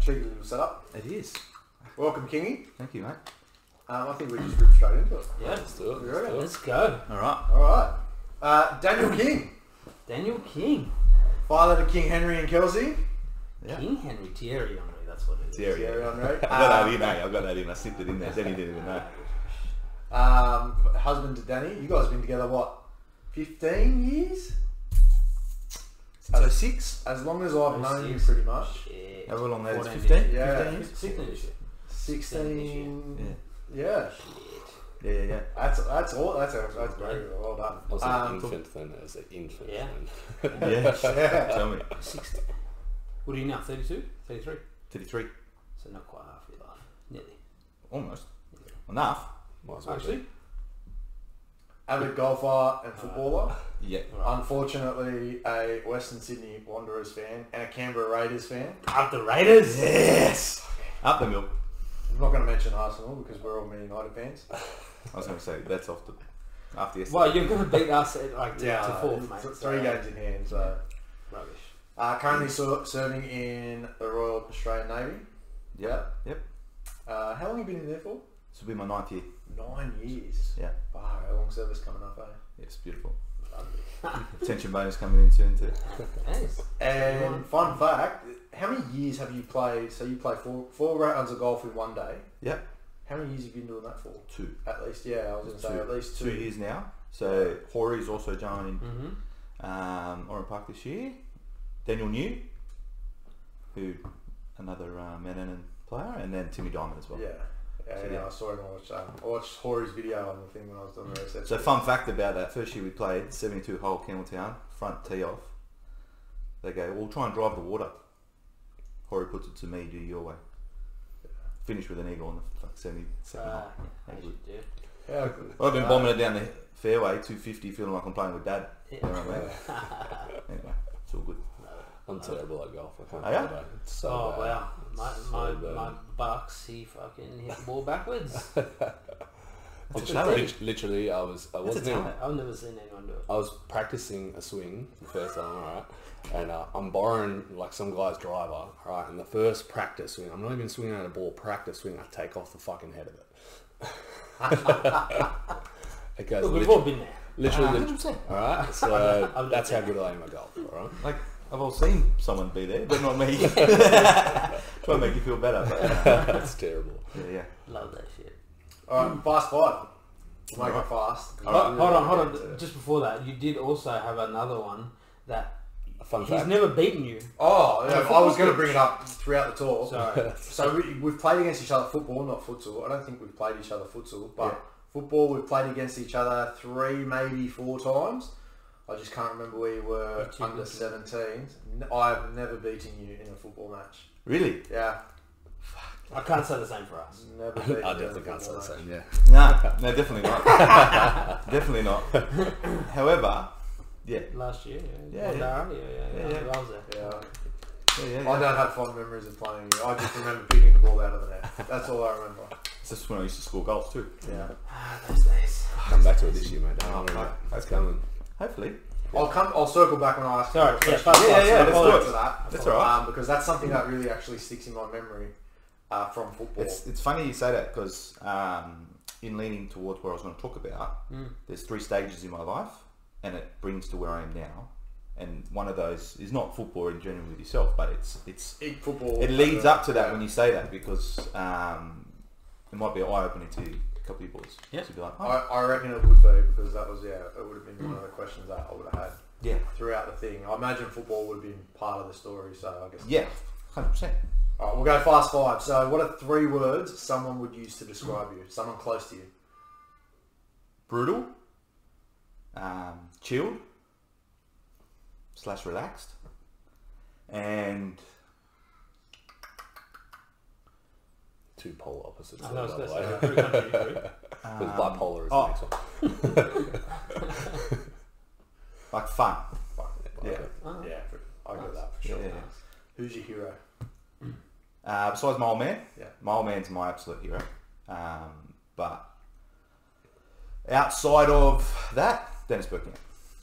cheeky little setup. It is. Welcome, Kingy. Thank you, mate. Um, I think we just rip straight into it. Yeah, let's do it. let's do it. Let's go. All right. All right. Uh, Daniel King, Daniel King. father to King Henry and Kelsey. Yeah. King Henry Thierry Henry, that's what it is. There we Thierry go. Henry. I got that in, eh? I got that in. I slipped it in there. Danny didn't even know. Um, husband to Danny. You guys have been together what, fifteen years? So six? As long as I've Oh, known you, six. pretty much. Shit. However long that is. 14 15? years. Yeah. 15 years? Sixteen this year. Sixteen. Yeah. Yeah. Yeah, yeah, yeah. That's that's all. That's that's very good. well done. I was an Um, infant then. I was an infant. Yeah. Then. Yeah. Tell me. Sixteen. What are you now? 32? 33? 33. So not quite half your life. Nearly. Almost. Enough. Might as well Actually, be. avid golfer and footballer. Yeah. Unfortunately, a Western Sydney Wanderers fan and a Canberra Raiders fan. up the Raiders. Yes! Up the milk. I'm not going to mention Arsenal because we're all Man United fans. I was going to say, that's off the... After yesterday. Well, you're going to beat us at like to, to fourth, mate. th- so- three games in hand. So Rubbish. uh, currently ser- serving in the Royal Australian Navy. Yep. Yep. Uh, how long have you been in there for? This will be my ninth year. Nine years. Yeah. Wow, a long service coming up, eh? Yeah, it's beautiful. Rubbish. Attention bonus coming in soon too. Thanks. And fun fact: How many years have you played? So you play four four rounds of golf in one day. Yep. How many years have you been doing that for? Two. At least, yeah, I was going to say at least two. two years now. Mm. So Horry's also joining Mm-hmm. um, Oran Park this year. Daniel New, who another uh, Manhattan player, and then Timmy Diamond as well. Yeah. Yeah, So, yeah, yeah. I saw him. I watched, um, I watched Horry's video on the thing when I was doing the research. So fun fact about that: first year we played 72 hole Campbelltown front tee off. They go, we'll try and drive the water. Horry puts it to me, do your way. Finish with an eagle on the like 77 Uh, hole. I Thank you. should do. yeah, good. I've been bombing it down the fairway 250, feeling like I'm playing with dad. Yeah. You know what I mean? anyway, it's all good. I'm terrible at golf. I can't Are ya? play it. It's so Oh bad. wow, my So my, bad. my bucks, he fucking hit the ball backwards. I'm It's a just- talent. lit- Literally, I was. It's I a wasn't. even- talent. I've never seen anyone do it. I was practicing a swing the first time, alright, and uh, I'm borrowing like some guy's driver, alright, and the first practice swing, I'm not even swinging at a ball, practice swing, I take off the fucking head of it. it goes Look, we've all literally, been there. literally, Uh, 100%. alright, so that's how good I am at golf, alright? Like I've all seen someone be there, but not me. Try and make you feel better. But, uh, that's terrible. yeah, yeah. Love that shit. All right, fast five. We'll make it fast. Hold, hold on, hold on. Just before that, you did also have another one that A fun he's fact. never beaten you. Oh, yeah, I was going to football bring it up throughout the talk. Sorry. So we, we've played against each other football, not futsal. I don't think we've played each other futsal, but football we've played against each other three, maybe four times. I just can't remember where you were You two under good. 17s. N- I've never beaten you in a football match. Really? Yeah, I can't say the same for us. never beaten. I you in a definitely can't say football the match. same, yeah. No, no, definitely not. definitely not. However, yeah, Last year, Yeah, yeah, Mandara, yeah, yeah, yeah. Yeah, yeah. I was there. Yeah. yeah, yeah. I yeah. don't have fond memories of playing you. I just remember picking the ball out of the net. That's all I remember. It's just when I used to score goals too. Yeah. Ah, those days. Come back to it this year, mate. Don't worry fuck. about it. It's coming. Hopefully, I'll come. I'll circle back when I ask. Sorry, you the yeah, question. fast, Yeah, fast, yeah, fast. I'll let's do go it. to that. That's all right. Um, because that's something that really actually sticks in my memory uh, from football. it's it's funny you say that because um, in leaning towards where I was going to talk about, Mm. there's three stages in my life, and it brings to where I am now. And one of those is not football in general with yourself, but it's it's It- football. It leads up to that when you say that because um, it might be eye opening to a couple of your boys. Yeah. To be like, I, oh, I reckon it would be because that was yeah. It would have been one of the questions that I would have had yeah, throughout the thing. I imagine football would have been part of the story. So I guess. yeah, hundred percent. All right, we'll go fast five. So what are three words someone would use to describe you? Someone close to you. Brutal, um, chilled, slash relaxed, and Two polar opposites. I there, know, I was by going to say, the way. three country group. Because bipolar is oh. the next one. like fun. Yeah. Uh-huh. Yeah, I got that for Yeah. sure. Who's your hero? Uh, besides my old man, Yeah. my old man's my absolute hero. Um, but outside of that, Dennis Burkamp.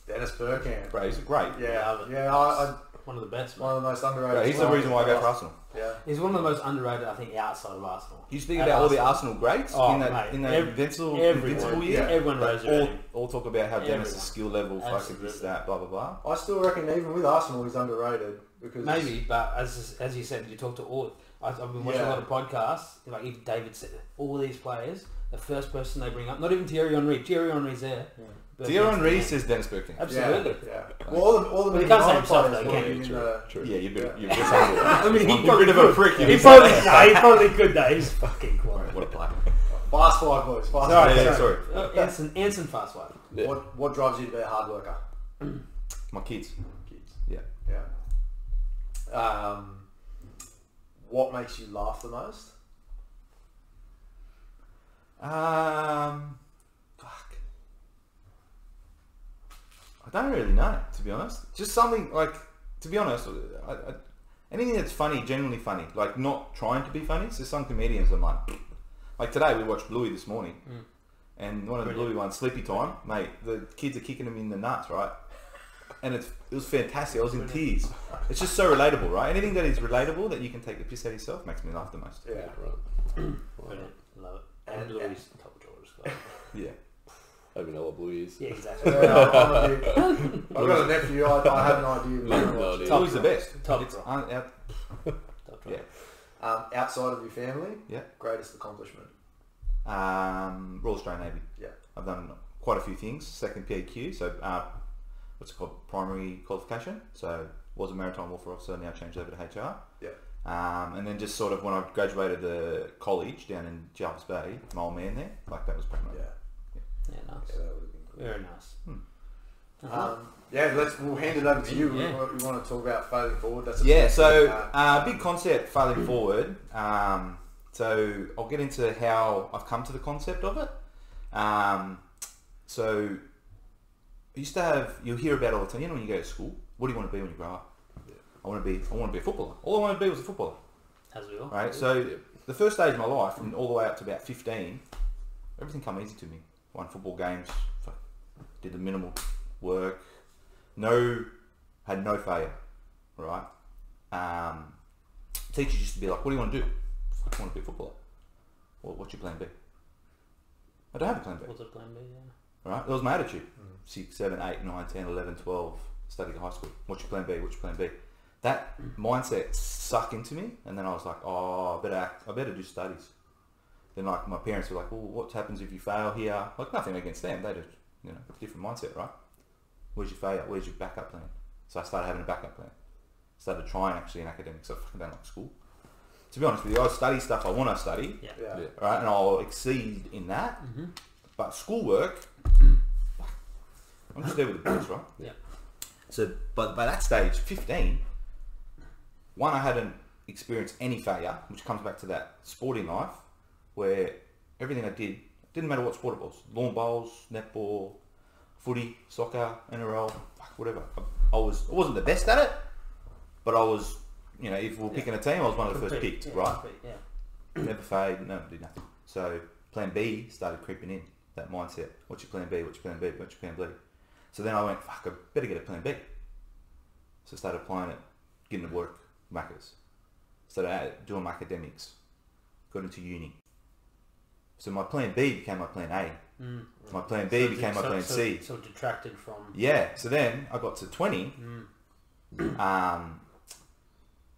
Dennis Burkamp. Bro, he's great. Yeah, Love it. yeah. I, I One of the best, mate. One of the most underrated. Bro, he's the players. reason why I go for Arsenal. Yeah. He's one of the most underrated, I think, outside of Arsenal. You speak At about all the Arsenal greats Oh, in that mate, in that ev- invincible, everyone. invincible Yeah, year. everyone They raised all, him. all talk about how Dennis' Everyone. skill level, fucking Absolutely. this, that, blah blah blah. I still reckon even with Arsenal, he's underrated because Maybe, but as as you said, you talk to all. I, I've been watching Yeah. a lot of podcasts. Like even David said, all these players, the first person they bring up, not even Thierry Henry. Thierry Henry's there. but- Thierry Henry says Dennis Bergkamp. Absolutely. Yeah. yeah. Well, all the all the But he big can't say United himself, players though, were can he? in True, the- true. Yeah, you're a bit, Yeah. you're a bit humble. I mean, he You're a probably bit of a prick. He you probably, no, he probably could though. He's fucking quiet. What a play. Fast five boys. Fast Sorry, five. yeah, sorry. Uh, Anson, Anson fast one. Yeah. What what drives you to be a hard worker? My kids. Kids. Yeah. Yeah. Um, what makes you laugh the most? Um, fuck. I don't really know, to be honest. Just something like, to be honest, I, I, anything that's funny, genuinely funny, like not trying to be funny. So some comedians, I'm like, like today we watched Bluey this morning, and one of the Brilliant. Bluey ones, Sleepy Time, mate. The kids are kicking him in the nuts, right? And it's, it was fantastic. I was in tears. It's just so relatable, right? Anything that is relatable that you can take the piss out of yourself makes me laugh the most. Yeah. right. Brilliant. Love it. And Yeah. Louis top drawers. Yeah. I don't even know what blue is. Yeah, exactly. Yeah, I'm a bit- I've got a nephew. I, I have an idea. of what No, he no, wants. dude. Bluey's the best. Top It's drawer. un- out- Top yeah. drawer. Um, outside of your family, Yeah. greatest accomplishment. Um, Royal Australian Navy. Yeah. I've done quite a few things. Second PAQ, so uh, what's it called? Primary qualification. So was a maritime warfare officer, now changed over to HR. Yeah. Um, and then just sort of when I graduated the college down in Jarvis Bay, my old man there, like that was pretty much. Yeah. Yeah, Yeah, nice. that would have been good. Very nice. Hmm. Uh-huh. Um, yeah, let's. We'll hand it over to you. Yeah. We, we want to talk about failing forward. That's a Yeah, so Uh, uh, big concept, failing forward. Um, so I'll get into how I've come to the concept of it. Um, so I used to have, you'll hear about it all the time, you know, when you go to school, what do you want to be when you grow up? I want to be, I want to be a footballer. All I wanted to be was a footballer, As we all. right? So the first stage of my life, from all the way up to about 15, everything come easy to me. Won football games, fuck, did the minimal work, no, had no failure, right? Um, teachers used to be like, "What do you want to do? I want to be a footballer. Well, what's your plan B? I don't have a plan B. What's the plan B? Yeah. Right? That was my attitude. Six, seven, eight, nine, ten, eleven, twelve. Studying high school. What's your plan B? What's your plan B? That mindset sucked into me, and then I was like, oh, I better act. I better do studies. Then like my parents were like, well, what happens if you fail here? Like nothing against them. They just, you know, different mindset, right? Where's your failure? Where's your backup plan? So I started having a backup plan. Started trying actually in academics. I fucking don't like school. To be honest with you, I study stuff I want to study, Yeah. Yeah. Yeah. right? And I'll exceed in that. Mm-hmm. But schoolwork, I'm just there with the boys, right? Yeah. So, but by that stage, 15, one, I hadn't experienced any failure, which comes back to that sporting life where everything I did, didn't matter what sport it was, lawn bowls, netball, footy, soccer, NRL, fuck, whatever. I, I was, I wasn't the best at it, but I was, you know, if we we're Yeah. picking a team, I was one of the first Compete, picked, yeah, right? compete, Yeah. Never fade, no, did nothing. So plan B started creeping in, that mindset. What's your plan B? What's your plan B? What's your plan B? So then I went, fuck, I better get a plan B. So I started applying it, getting to work, maccas. Started out doing my academics, got into uni. So my plan B became my plan A. Mm. My plan B So it- became my so- plan so- C. So detracted from. Yeah. So then I got to 20, um,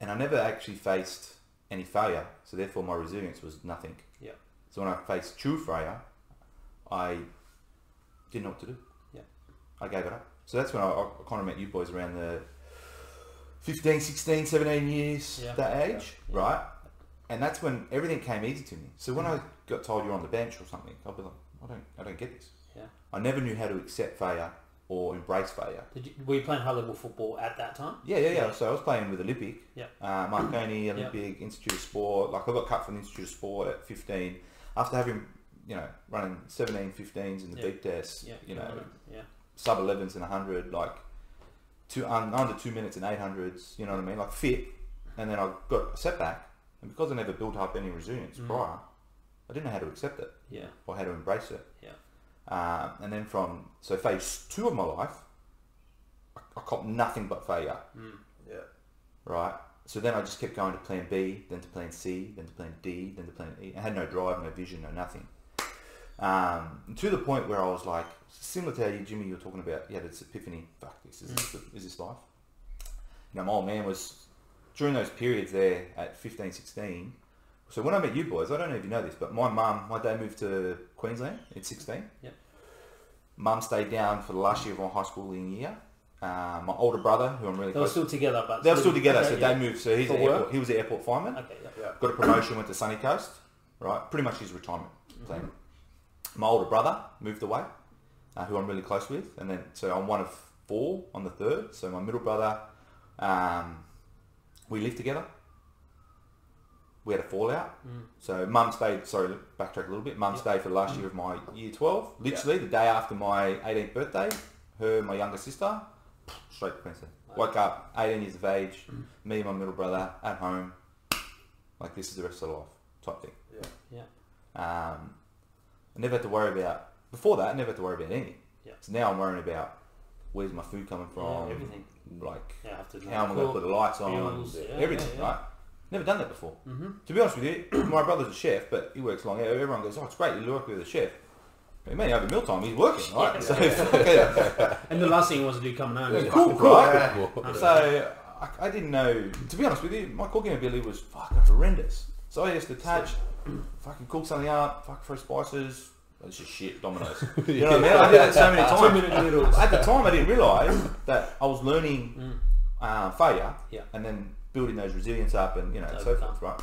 and I never actually faced any failure. So therefore, my resilience was nothing. Yeah. So when I faced true failure, I didn't know what to do. Yeah. I gave it up. So that's when I, I kind of met you boys around the 15, 16, 17 years, Yeah. that age, Yeah. right? And that's when everything came easy to me. So when I got told you're on the bench or something, I'll be like, I don't, I don't get this. Yeah. I never knew how to accept failure or embrace failure. Did you, were you playing high level football at that time? Yeah, yeah, yeah. Yeah. So I was playing with Olympic, Yeah. uh, Marconi, Olympic, Institute of Sport. Like I got cut from the Institute of Sport at 15 after having, you know, running 17, 15s in the Yeah. big tests, Yeah. you know, Yeah. sub 11s and 100, like two un, under two minutes and 800s, you know what I mean? Like fit. And then I got a setback. And because I never built up any resilience Mm. prior, I didn't know how to accept it Yeah. or how to embrace it. Yeah. Um, and then from, so phase two of my life, I, I caught nothing but failure Mm. Yeah. right? So then I just kept going to plan B, then to plan C, then to plan D, then to plan E. I had no drive, no vision, no nothing. Um, to the point where I was like, similar to how you, Jimmy, you were talking about, you had this epiphany, fuck this, is, this, is this life? You know, my old man was, during those periods there at 15, 16, so when I met you boys, I don't know if you know this, but my mum, my dad moved to Queensland at 16. Yep. Mum stayed down for the last year of my high schooling year. Uh, my older brother, who I'm really They were close still together, but they were still together, Okay, so yeah. they moved. So he's For an work? airport, he was an airport fireman. Okay, yeah. Yeah. Got a promotion, went to Sunny Coast, right? Pretty much his retirement plan. Mm-hmm. My older brother moved away, uh, who I'm really close with, and then so I'm one of four on the third. So my middle brother, um, we lived together. We had a fallout. Mm. So mum stayed. Sorry, backtrack a little bit. Mum stayed for the last year of my year twelve. Literally the day after my 18th birthday, her, and my younger sister, straight to Queensland. Woke up, 18 years of age, me and my middle brother at home, like this is the rest of life type thing. Yeah. Yeah. Um, I never had to worry about before that. I never had to worry about anything. Yeah. So now I'm worrying about where's my food coming from, Yeah, everything. like Yeah, I have to how am I going to put the lights on, Bills, yeah, everything. yeah, yeah. Right? Never done that before. Mm-hmm. To be honest with you, my brother's a chef, but he works long hours. Everyone goes, "Oh, it's great, you work with a chef." But man, over mealtime, he's working, right? Yeah. So, And the last thing he wants to do coming home. is Yeah. fuck. Cool, right? Yeah. So I, I didn't know. To be honest with you, my cooking ability was fucking horrendous. So I used to touch, fucking cook something up, fuck fresh spices. It's just shit, Domino's. You know what I mean? I did that so many Two times. minute noodles. At the time, I didn't realise that I was Mm. learning uh, failure Yeah. and then building those resilience up and you know and so Overcome. forth, right?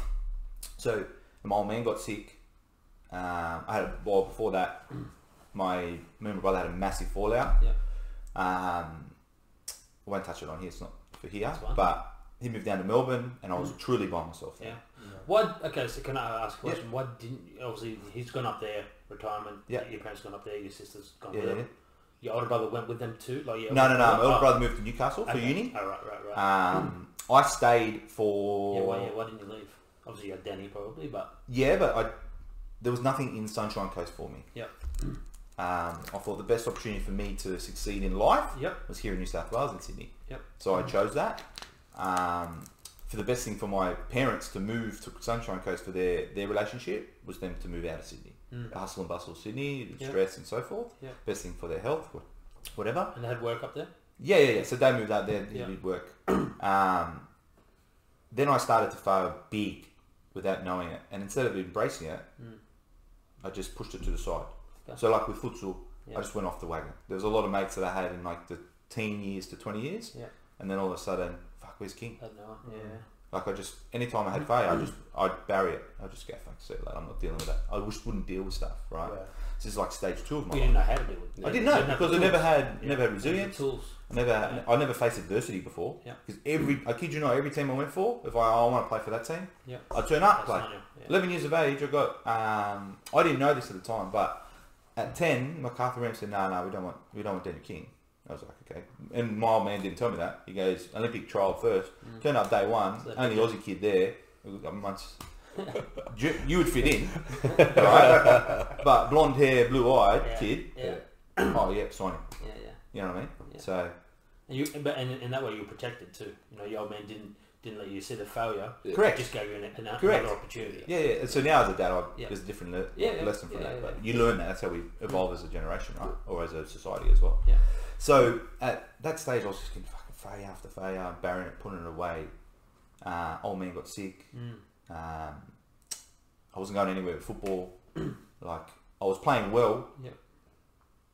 So my old man got sick. Um, I had a well before that. My me and my brother had a massive fallout. Yeah. Um, I won't touch it on here. It's not for here. fine. Mm. But he moved down to Melbourne, and I was truly by myself. Yeah. There. Why? Okay, so can I ask a Yeah. question? Why didn't obviously he's gone up there, retirement. Yeah. Your parents gone up there. Your sister's gone Yeah. with yeah, them. Your older brother went with them too. Like yeah. No, no, no. My older Oh, brother moved to Newcastle for okay. uni. Oh, right, right, right. Um, I stayed for yeah, why, yeah, why didn't you leave? Obviously, you had Danny probably, but Yeah, but I there was nothing in Sunshine Coast for me. Yep. Um, I thought the best opportunity for me to succeed in life yep, was here in New South Wales in Sydney. Yep. So I chose that. Um, for the best thing for my parents to move to Sunshine Coast for their, their relationship was them to move out of Sydney. Mm. The hustle and bustle of Sydney, the Yep. stress and so forth. Yep. Best thing for their health, wh- whatever. and they had work up there. Yeah, yeah, yeah. So they moved out there. He Yeah. did work. Um, then I started to fail big without knowing it, and instead of embracing it, Mm. I just pushed it to the side. Okay. So like with futsal, Yeah. I just went off the wagon. There was a lot of mates that I had in like the teen years to twenty years, Yeah. and then all of a sudden, fuck, where's King? Had no one. Yeah. Like I just anytime I had failure, I just I'd bury it. I just go fuck, see you later. I'm not dealing with that. I just wouldn't deal with stuff, right? Yeah. This is like stage two of my We life. didn't know how to do it. I didn't know have because the I never tools. had Yeah. never had Didn't have resilience. the tools. I never, I never faced adversity before. Yeah. Because every, I kid you not, every team I went for, if I, I want to play for that team, Yeah. I turn up, That's play. not it, yeah. Eleven years of age, I got. Um, I didn't know this at the time, but at ten, MacArthur Ram said, "No, no, we don't want, we don't want Daniel King." I was like, "Okay." And my old man didn't tell me that. He goes, "Olympic trial first. Turn up day one. Mm. So- only Aussie kid there. I'm Months. you, you would fit in, right? but blonde hair, blue eyed Yeah. kid. Yeah. Yeah. Oh yeah, sign him. Yeah. You know what I mean? Yeah. So And you, but and, and that way you were protected too. You know, your old man didn't didn't let you see the failure. Yeah. correct. Just gave you an, an, Correct. another opportunity. Yeah, yeah. So now as a dad, I, Yeah. there's a different le- Yeah, yeah. lesson from Yeah, that. yeah, but you learn that. That's how we evolve as a generation, right? Or as a society as well. Yeah. So at that stage, I was just getting fucking failure after failure, burying it, putting it away. Uh, old man got sick. Mm. Um, I wasn't going anywhere with football. like I was playing well, Yeah.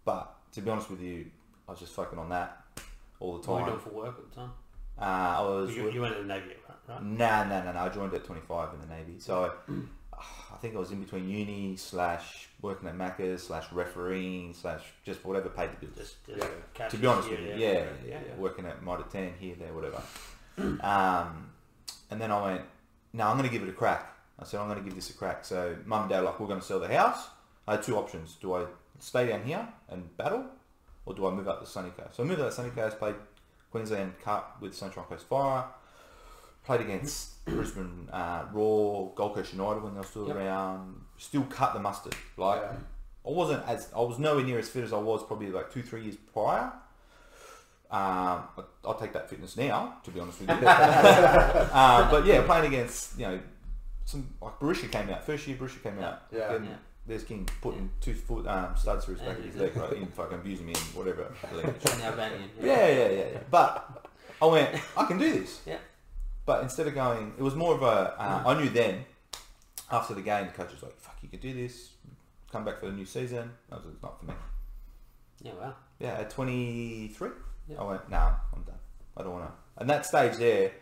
but to be honest with you, I was just fucking on that all the What were you time. doing for work at the time? Uh, I was. You, you went to the Navy, right? right? Nah, nah, nah, nah. I joined at 25 in the Navy. So I think I was in between uni slash working at Macca's slash refereeing slash just whatever paid the bills. Just, just Yeah. catch To and be honest see with you, it, yeah, yeah, yeah, Working at Mitre 10 here, there, whatever. um, and then I went, no, I'm going to give it a crack. I said, I'm going to give this a crack. So mum and dad were like, we're going to sell the house. I had two options. Do I stay down here and battle or do I move up to Sunny Coast? So I moved up to Sunny Coast, played Queensland Cup with Sunshine Coast Fire, played against Brisbane uh, Raw, Gold Coast United when they were still Yep. around. Still cut the mustard. Like Yeah. I wasn't as I was nowhere near as fit as I was probably like two three years prior. Um, but I'll take that fitness now, to be honest with you. uh, but yeah, playing against you know some like Barisha came out first year. Barisha came out. Yeah. And Yeah. There's King putting two foot um, studs through his back of his leg, right? In fucking abusing me and whatever. language. in Albanian. Yeah, yeah, yeah, yeah. But I went, I can do this. Yeah. Mm. But instead of going, it was more of a. Uh, I knew then, after the game, the coach was like, "Fuck, you could do this. Come back for the new season." I was like, "It's not for me." Yeah, wow. Yeah, at 23, Yeah. I went, "Nah, I'm done. I don't want to." And that stage there,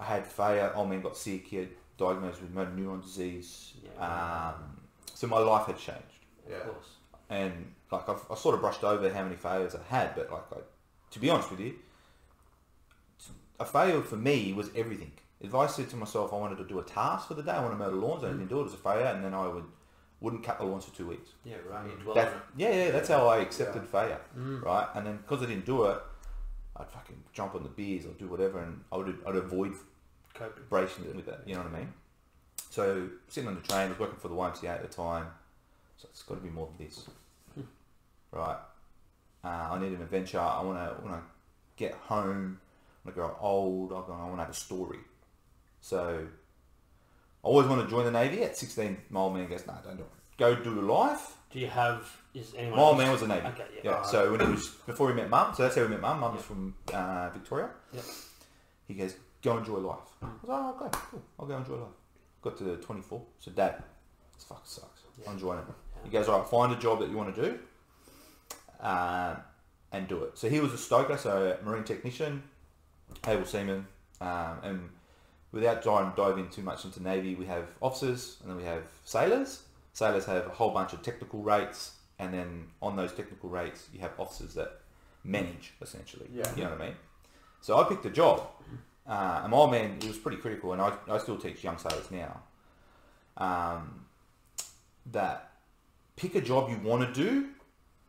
I had failure. Old man got sick. He had diagnosed with motor neuron disease. Yeah. Um, so my life had changed, Yeah. Of course. and like I've, I sort of brushed over how many failures I had, but like I, to be honest with you, a failure for me was everything. If I said to myself I wanted to do a task for the day, I want to mow the lawns, I didn't do it, it was a failure, and then I would wouldn't cut the lawns for two weeks. Yeah, right. You dwell That, on it. yeah, yeah, that's how I accepted failure, Mm. Mm. right? And then because I didn't do it, I'd fucking jump on the beers or do whatever, and I would I'd avoid Coping. bracing with that. You know what I mean? So sitting on the train, I was working for the YMCA at the time, so it's got to be more than this, right? Uh, I need an adventure. I want to when I get home, when I grow old, I want to have a story. So I always want to join the navy. At 16, my old man goes, "No, don't do it. Go do life." Do you have? Is anyone? My old man was a navy. Okay, yeah. Uh, yeah. So when he was before he met mum, so that's how we met mum. Mum was from uh, Victoria. Yeah. Hmm. He goes, go enjoy life. I was like, oh, okay, cool. I'll go enjoy life. Got to 24. So dad, this fucking sucks. Yeah. I'm enjoying it. He goes, all right, find a job that you want to do, um, and do it. So he was a stoker, so a marine technician, able seaman, um, and without diving, diving too much into navy, we have officers and then we have sailors. Sailors have a whole bunch of technical rates, and then on those technical rates, you have officers that manage essentially. Yeah. You know what I mean? So I picked a job. Uh, and my old man, he was pretty critical, and I, I still teach young sailors now. Um, that pick a job you want to do.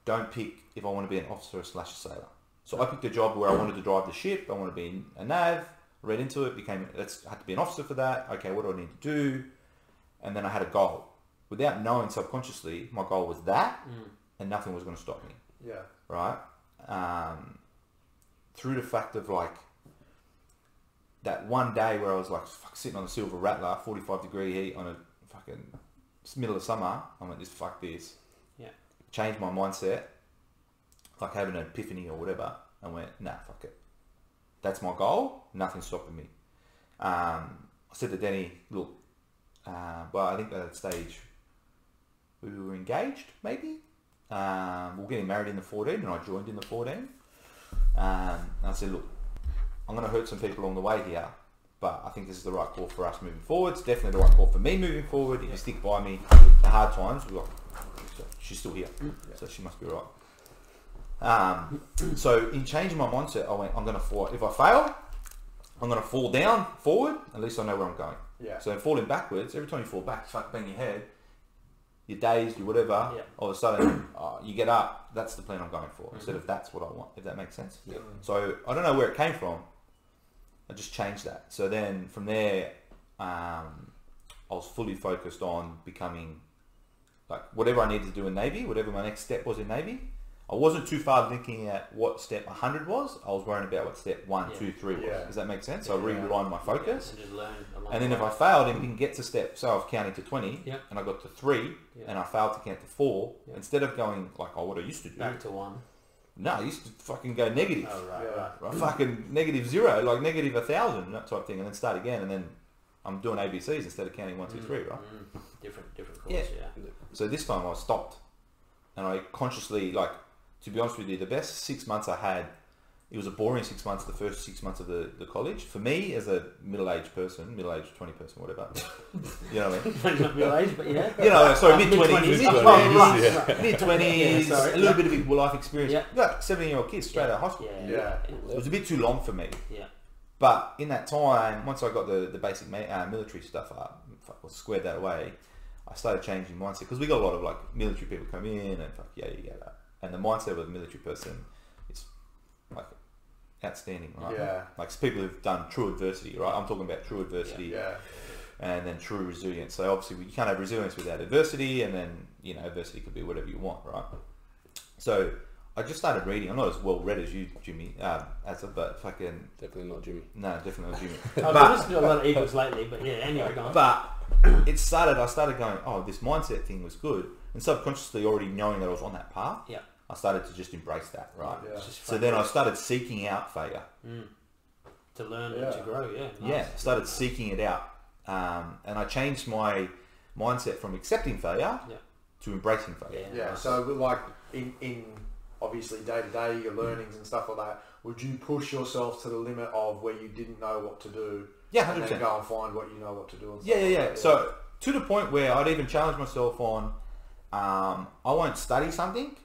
Don't pick if I want to be an officer slash sailor. So I picked a job where I wanted to drive the ship. I wanted to be a nav. Read into it. Became that's had to be an officer for that. Okay, what do I need to do? And then I had a goal. Without knowing subconsciously, my goal was that, mm. and nothing was going to stop me Yeah. right? Um, through the fact of like that one day where I was like fuck, sitting on a silver rattler, 45 degree heat on a fucking it's middle of summer, I went, this fuck this. Yeah. Changed my mindset, like having an epiphany or whatever, and went, nah, fuck it. That's my goal, nothing's stopping me. Um, I said to Denny, look, uh, well, I think at that stage we were engaged, maybe. Um, we we're getting married in the 14, and I joined in the 14. Um, and I said, look, I'm going to hurt some people along the way here, but I think this is the right call for us moving forward. It's definitely the right call for me moving forward. If you stick by me, the hard times, we're like, so she's still here, so she must be right. Um, so in changing my mindset, I went, I'm going to fall. If I fail, I'm going to fall down, forward. At least I know where I'm going. Yeah. So falling backwards, every time you fall back, you fuck bang your head, you're dazed, you're whatever. Yeah. All of a sudden, uh, you get up. That's the plan I'm going for. Instead of that's what I want. If that makes sense. Yeah. So I don't know where it came from. I just changed that. So then from there, um, I was fully focused on becoming like whatever I needed to do in Navy, whatever my next step was in Navy. I wasn't too far looking at what step 100 was. I was worrying about what step one, Yeah. two, three was. Yeah. Does that make sense? So I Yeah. realigned my focus. And just learn along And then the if way. I failed and didn't get to step, so I've counted to 20 Yep. and I got to three Yeah. and I failed to count to four, Yeah. instead of going like, oh, what I used to do, back to one. no, I used to fucking go negative. Oh right, Yeah. right. Right, fucking negative zero, like negative a thousand, that type of thing, and then start again, and then I'm doing ABCs instead of counting one, two, three, right? Mm, different, different course. Yeah. Yeah. So this time I stopped, and I consciously, like, to be honest with you, the best six months I had, it was a boring six months. The first six months of the, the college for me as a middle aged person, middle aged twenty person, whatever, you know what I mean? Depends on your age, but yeah. You know, sorry, mid twenties, Mid-twenties. mid Yeah. twenties, mid twenties, Yeah, sorry. a little bit of life experience. Yeah. Like seventeen year old kids straight out of hospital. Yeah. Yeah. It was a bit too long for me. Yeah. But in that time, once I got the, the basic ma- uh, military stuff up, fuck, was squared that away, I started changing mindset because we got a lot of like military people come in and fuck yeah, you get that. And the mindset of a military person is like outstanding, right? Yeah. Like it's people who've done true adversity, right? I'm talking about true adversity Yeah. and then true resilience. So obviously you can't have resilience without adversity, and then you know adversity could be whatever you want, right? So I I just started reading. I'm not as well read as you, Jimmy. Um, as a, but fucking Definitely not Jimmy. no, definitely not Jimmy. I've But- noticed a lot of egos lately, but yeah, anyway, go on. But it started. I started going. Oh, this mindset thing was good, and subconsciously already knowing that I was on that path. Yeah. I started to just embrace that. Right. Yeah. It's just Mm. So then I started seeking out failure. to learn Yeah. and to grow, yeah. nice. Yeah, started seeking it out, um, and I changed my mindset from accepting failure Yeah. to embracing failure. Yeah. Yeah, so but like in in obviously day to day your learnings and stuff like that, would you push yourself to the limit of where you didn't know what to do? Yeah, and then 100%. go and find what you know what to do. And Yeah, stuff yeah, yeah. like that, So to the point where I'd even challenge myself on, um, I won't study something.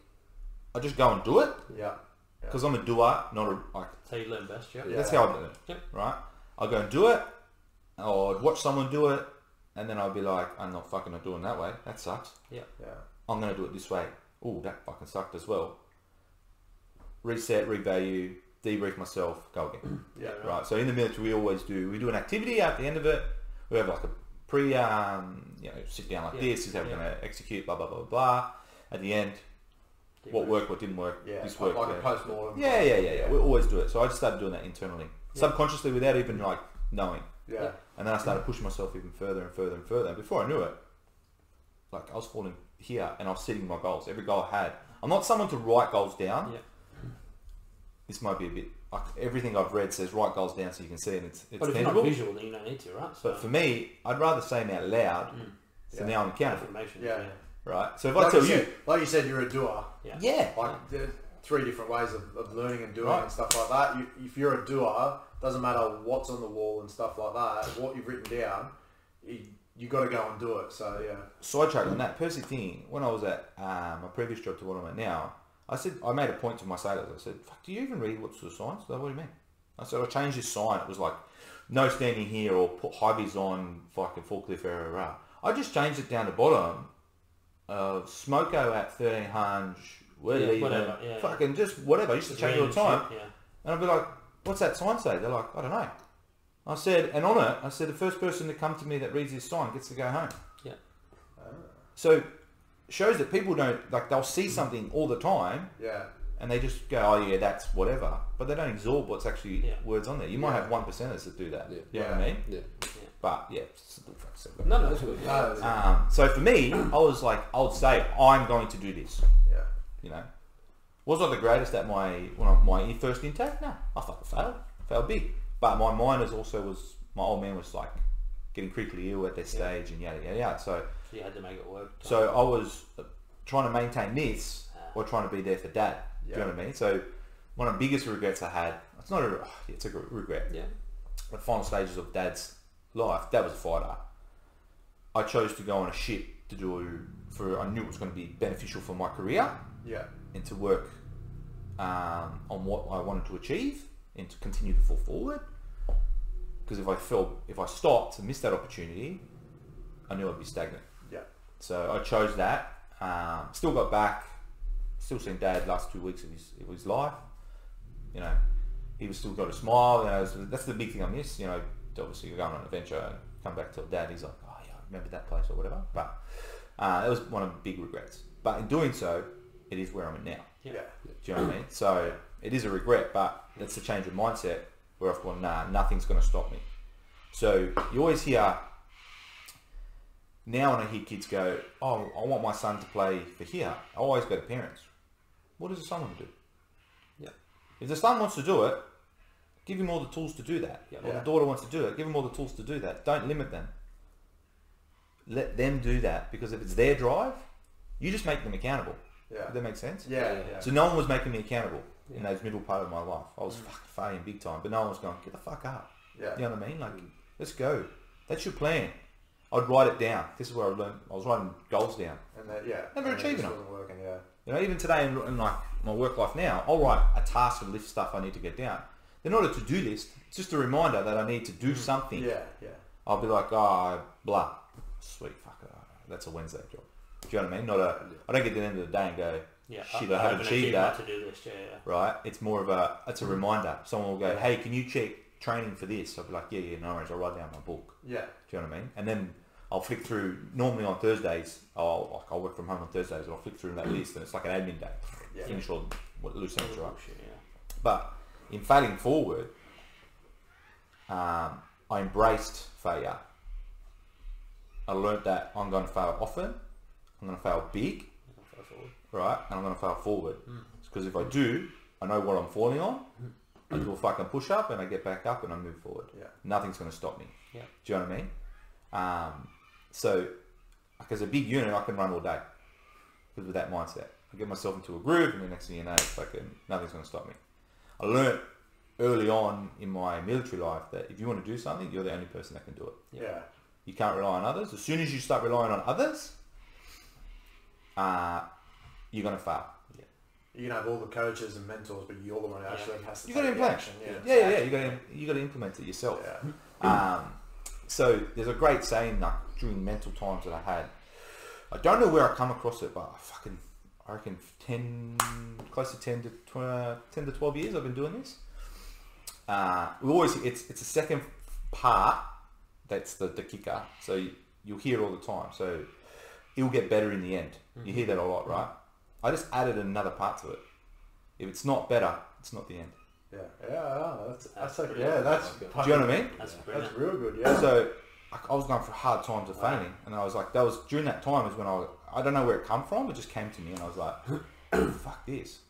I just go and do it yeah, because I'm a doer, not a like. That's how you learn best, yeah. Yeah. That's how I do it, Yep. right? I go and do it, or I'd watch someone do it, and then I'll be like, I'm not fucking not doing that way. That sucks. yeah, I'm gonna do it this way. Oh, that fucking sucked as well. Reset, revalue, debrief myself, go again. yeah, Yeah. Right. So in the military, we always do. We do an activity at the end of it. We have like a pre, um, you know, sit down like Yeah. this. This is how we're Yeah. going to execute. Blah blah blah blah. At the end, what worked, what didn't work. yeah. This like worked. like a yeah. post mortem. yeah, yeah, yeah, yeah. We always do it. So I just started doing that internally, subconsciously, without even like knowing. yeah, And then I started pushing myself even further and further and further. And before I knew it, like I was falling here and I was setting my goals. Every goal I had. I'm not someone to write goals down. Yeah. This might be a bit. Like, everything I've read says write goals down so you can see it. And it's, it's But if you're tangible. not visual, then you don't need to, right? So But for me, I'd rather say them out loud. Mm. So Yeah. now I'm accountable, information, Yeah. yeah. right? So if I Like tell you, you, said, like you said, you're a doer. Yeah. yeah, Like there are three different ways of, of learning and doing Right. and stuff like that. You, if you're a doer, doesn't matter what's on the wall and stuff like that. What you've written down, you, you got to go and do it. So yeah, sidetrack on that Percy thing. When I was at um, my previous job to what I'm at now, I said I made a point to my sailors. I said, "Fuck, do you even read what's the signs?" They're like, what do you mean? I said I changed this sign. It was like, "No standing here" or "Put high vis on." Fucking forklift error. rah. I just changed it down the bottom. Uh, smoko at thirteen hundred. We're Yeah, leaving. whatever, yeah. Fucking just whatever. I used to change it all the Random time. shit, Yeah. And I'd be like, what's that sign say? They're like, I don't know. I said, and on it, I said, the first person to come to me that reads this sign gets to go home. Yeah. So shows that people don't, like, they'll see something all the time yeah, and they just go, oh, yeah, that's whatever. But they don't absorb what's actually Yeah. words on there. You might Yeah. have one percenters that do that. Yeah. You know what I mean? Yeah. But, yeah. it's- it's- it's- it's- No, no, that's good. Yeah. No, Um, so for me, I was like, I would say, I'm going to do this. yeah, you know. Was I the greatest at my when I, my first intake? No, I fucking failed, failed big. But my miners also was my old man was like getting critically ill at that stage and yada yada yada. So So you had to make it work. so I was uh, trying to maintain this or trying to be there for dad. Do you know what I mean? So one of the biggest regrets I had. It's not a oh, it's a regret. yeah. The final stages of dad's life. Dad was a fighter. I chose to go on a ship to do for I knew it was going to be beneficial for my career yeah, and to work um, on what I wanted to achieve and to continue to fall forward. Because if I felt if I stopped and missed that opportunity, I knew I'd be stagnant. yeah. So I chose that. Um, still got back. Still seen Dad last two weeks of his of his life. You know, he was still got a smile. You know, so that's the big thing I miss. You know, obviously you're going on an adventure and come back to Dad. He's like, oh yeah, I remember that place or whatever. But uh, that was one of the big regrets. But in doing so, it is where I'm at now. yeah. Do you know what I mean? So it is a regret, but it's a change of mindset where I've gone, nah, nothing's going to stop me. So you always hear, now when I hear kids go, oh, I want my son to play for here, I always go to parents. What does the son want to do? Yeah. If the son wants to do it, give him all the tools to do that. Yeah. Or the daughter wants to do it, give them all the tools to do that. Don't limit them. Let them do that because if it's their drive, you just make them accountable. Yeah. Does that make sense? Yeah, yeah. So no one was making me accountable in those middle part of my life. I was fucking failing big time, but no one was going, get the fuck up. Yeah. You know what I mean? Like, let's go. That's your plan. I'd write it down. This is where I learned. I was writing goals down. And that, yeah. Never and it achieving just it. wasn't working, yeah. You know, even today in, in like my work life now, I'll write a task and list stuff I need to get down. They're not a to-do list. It's just a reminder that I need to do something. Yeah, yeah. I'll be like, ah, blah. Sweet fucker. That's a Wednesday job. Do you know what I mean? Not a. I don't get to the end of the day and go, Yeah. shit, I, haven't achieved my that to-do list, yeah, yeah. right? It's more of a it's a reminder. Someone will go, hey, can you check training for this? I'll be like, yeah, yeah, no worries. I'll write down my book. Yeah. Do you know what I mean? And then I'll flick through. Normally on Thursdays, I'll like I'll work from home on Thursdays, and I'll flick through that list, and it's like an admin day. Yeah. Finish all what loose ends, right? Bullshit, yeah. But in failing forward, um, I embraced failure. I learnt that I'm going to fail often, I'm going to fail big, Go forward. right? And I'm going to fail forward. Because if I do, I know what I'm falling on. I do a fucking push up and I get back up and I move forward. Yeah. Nothing's going to stop me. Yeah. Do you know what I mean? Um, so, like as a big unit, I can run all day with with that mindset. I get myself into a groove, and the next thing you know, it's fucking nothing's going to stop me. I learnt early on in my military life that if you want to do something, you're the only person that can do it. Yeah. You can't rely on others. As soon as you start relying on others, uh, you're going to fail. You can have all the coaches and mentors, but you're the one who actually has to You got to take the implement. action. Yeah. yeah, yeah, yeah. You got to you got to implement it yourself. Yeah. Um, so there's a great saying like during mental times that I had. I don't know where I come across it, but I fucking I reckon ten, close to ten to tw- uh, ten to twelve years I've been doing this. Uh, we always it's it's a second part that's the, the kicker. So you, you'll hear all the time. So it'll get better in the end. You hear that a lot, right? I just added another part to it. If it's not better, it's not the end. Yeah. Yeah. yeah, That's that's like, brilliant. yeah. That's That's good. Do you know what I mean? That's brilliant. That's real good. Yeah. So I, I was going through hard times of failing, and I was like, that was during that time is when I was, I don't know where it come from, it just came to me, and I was like, fuck this,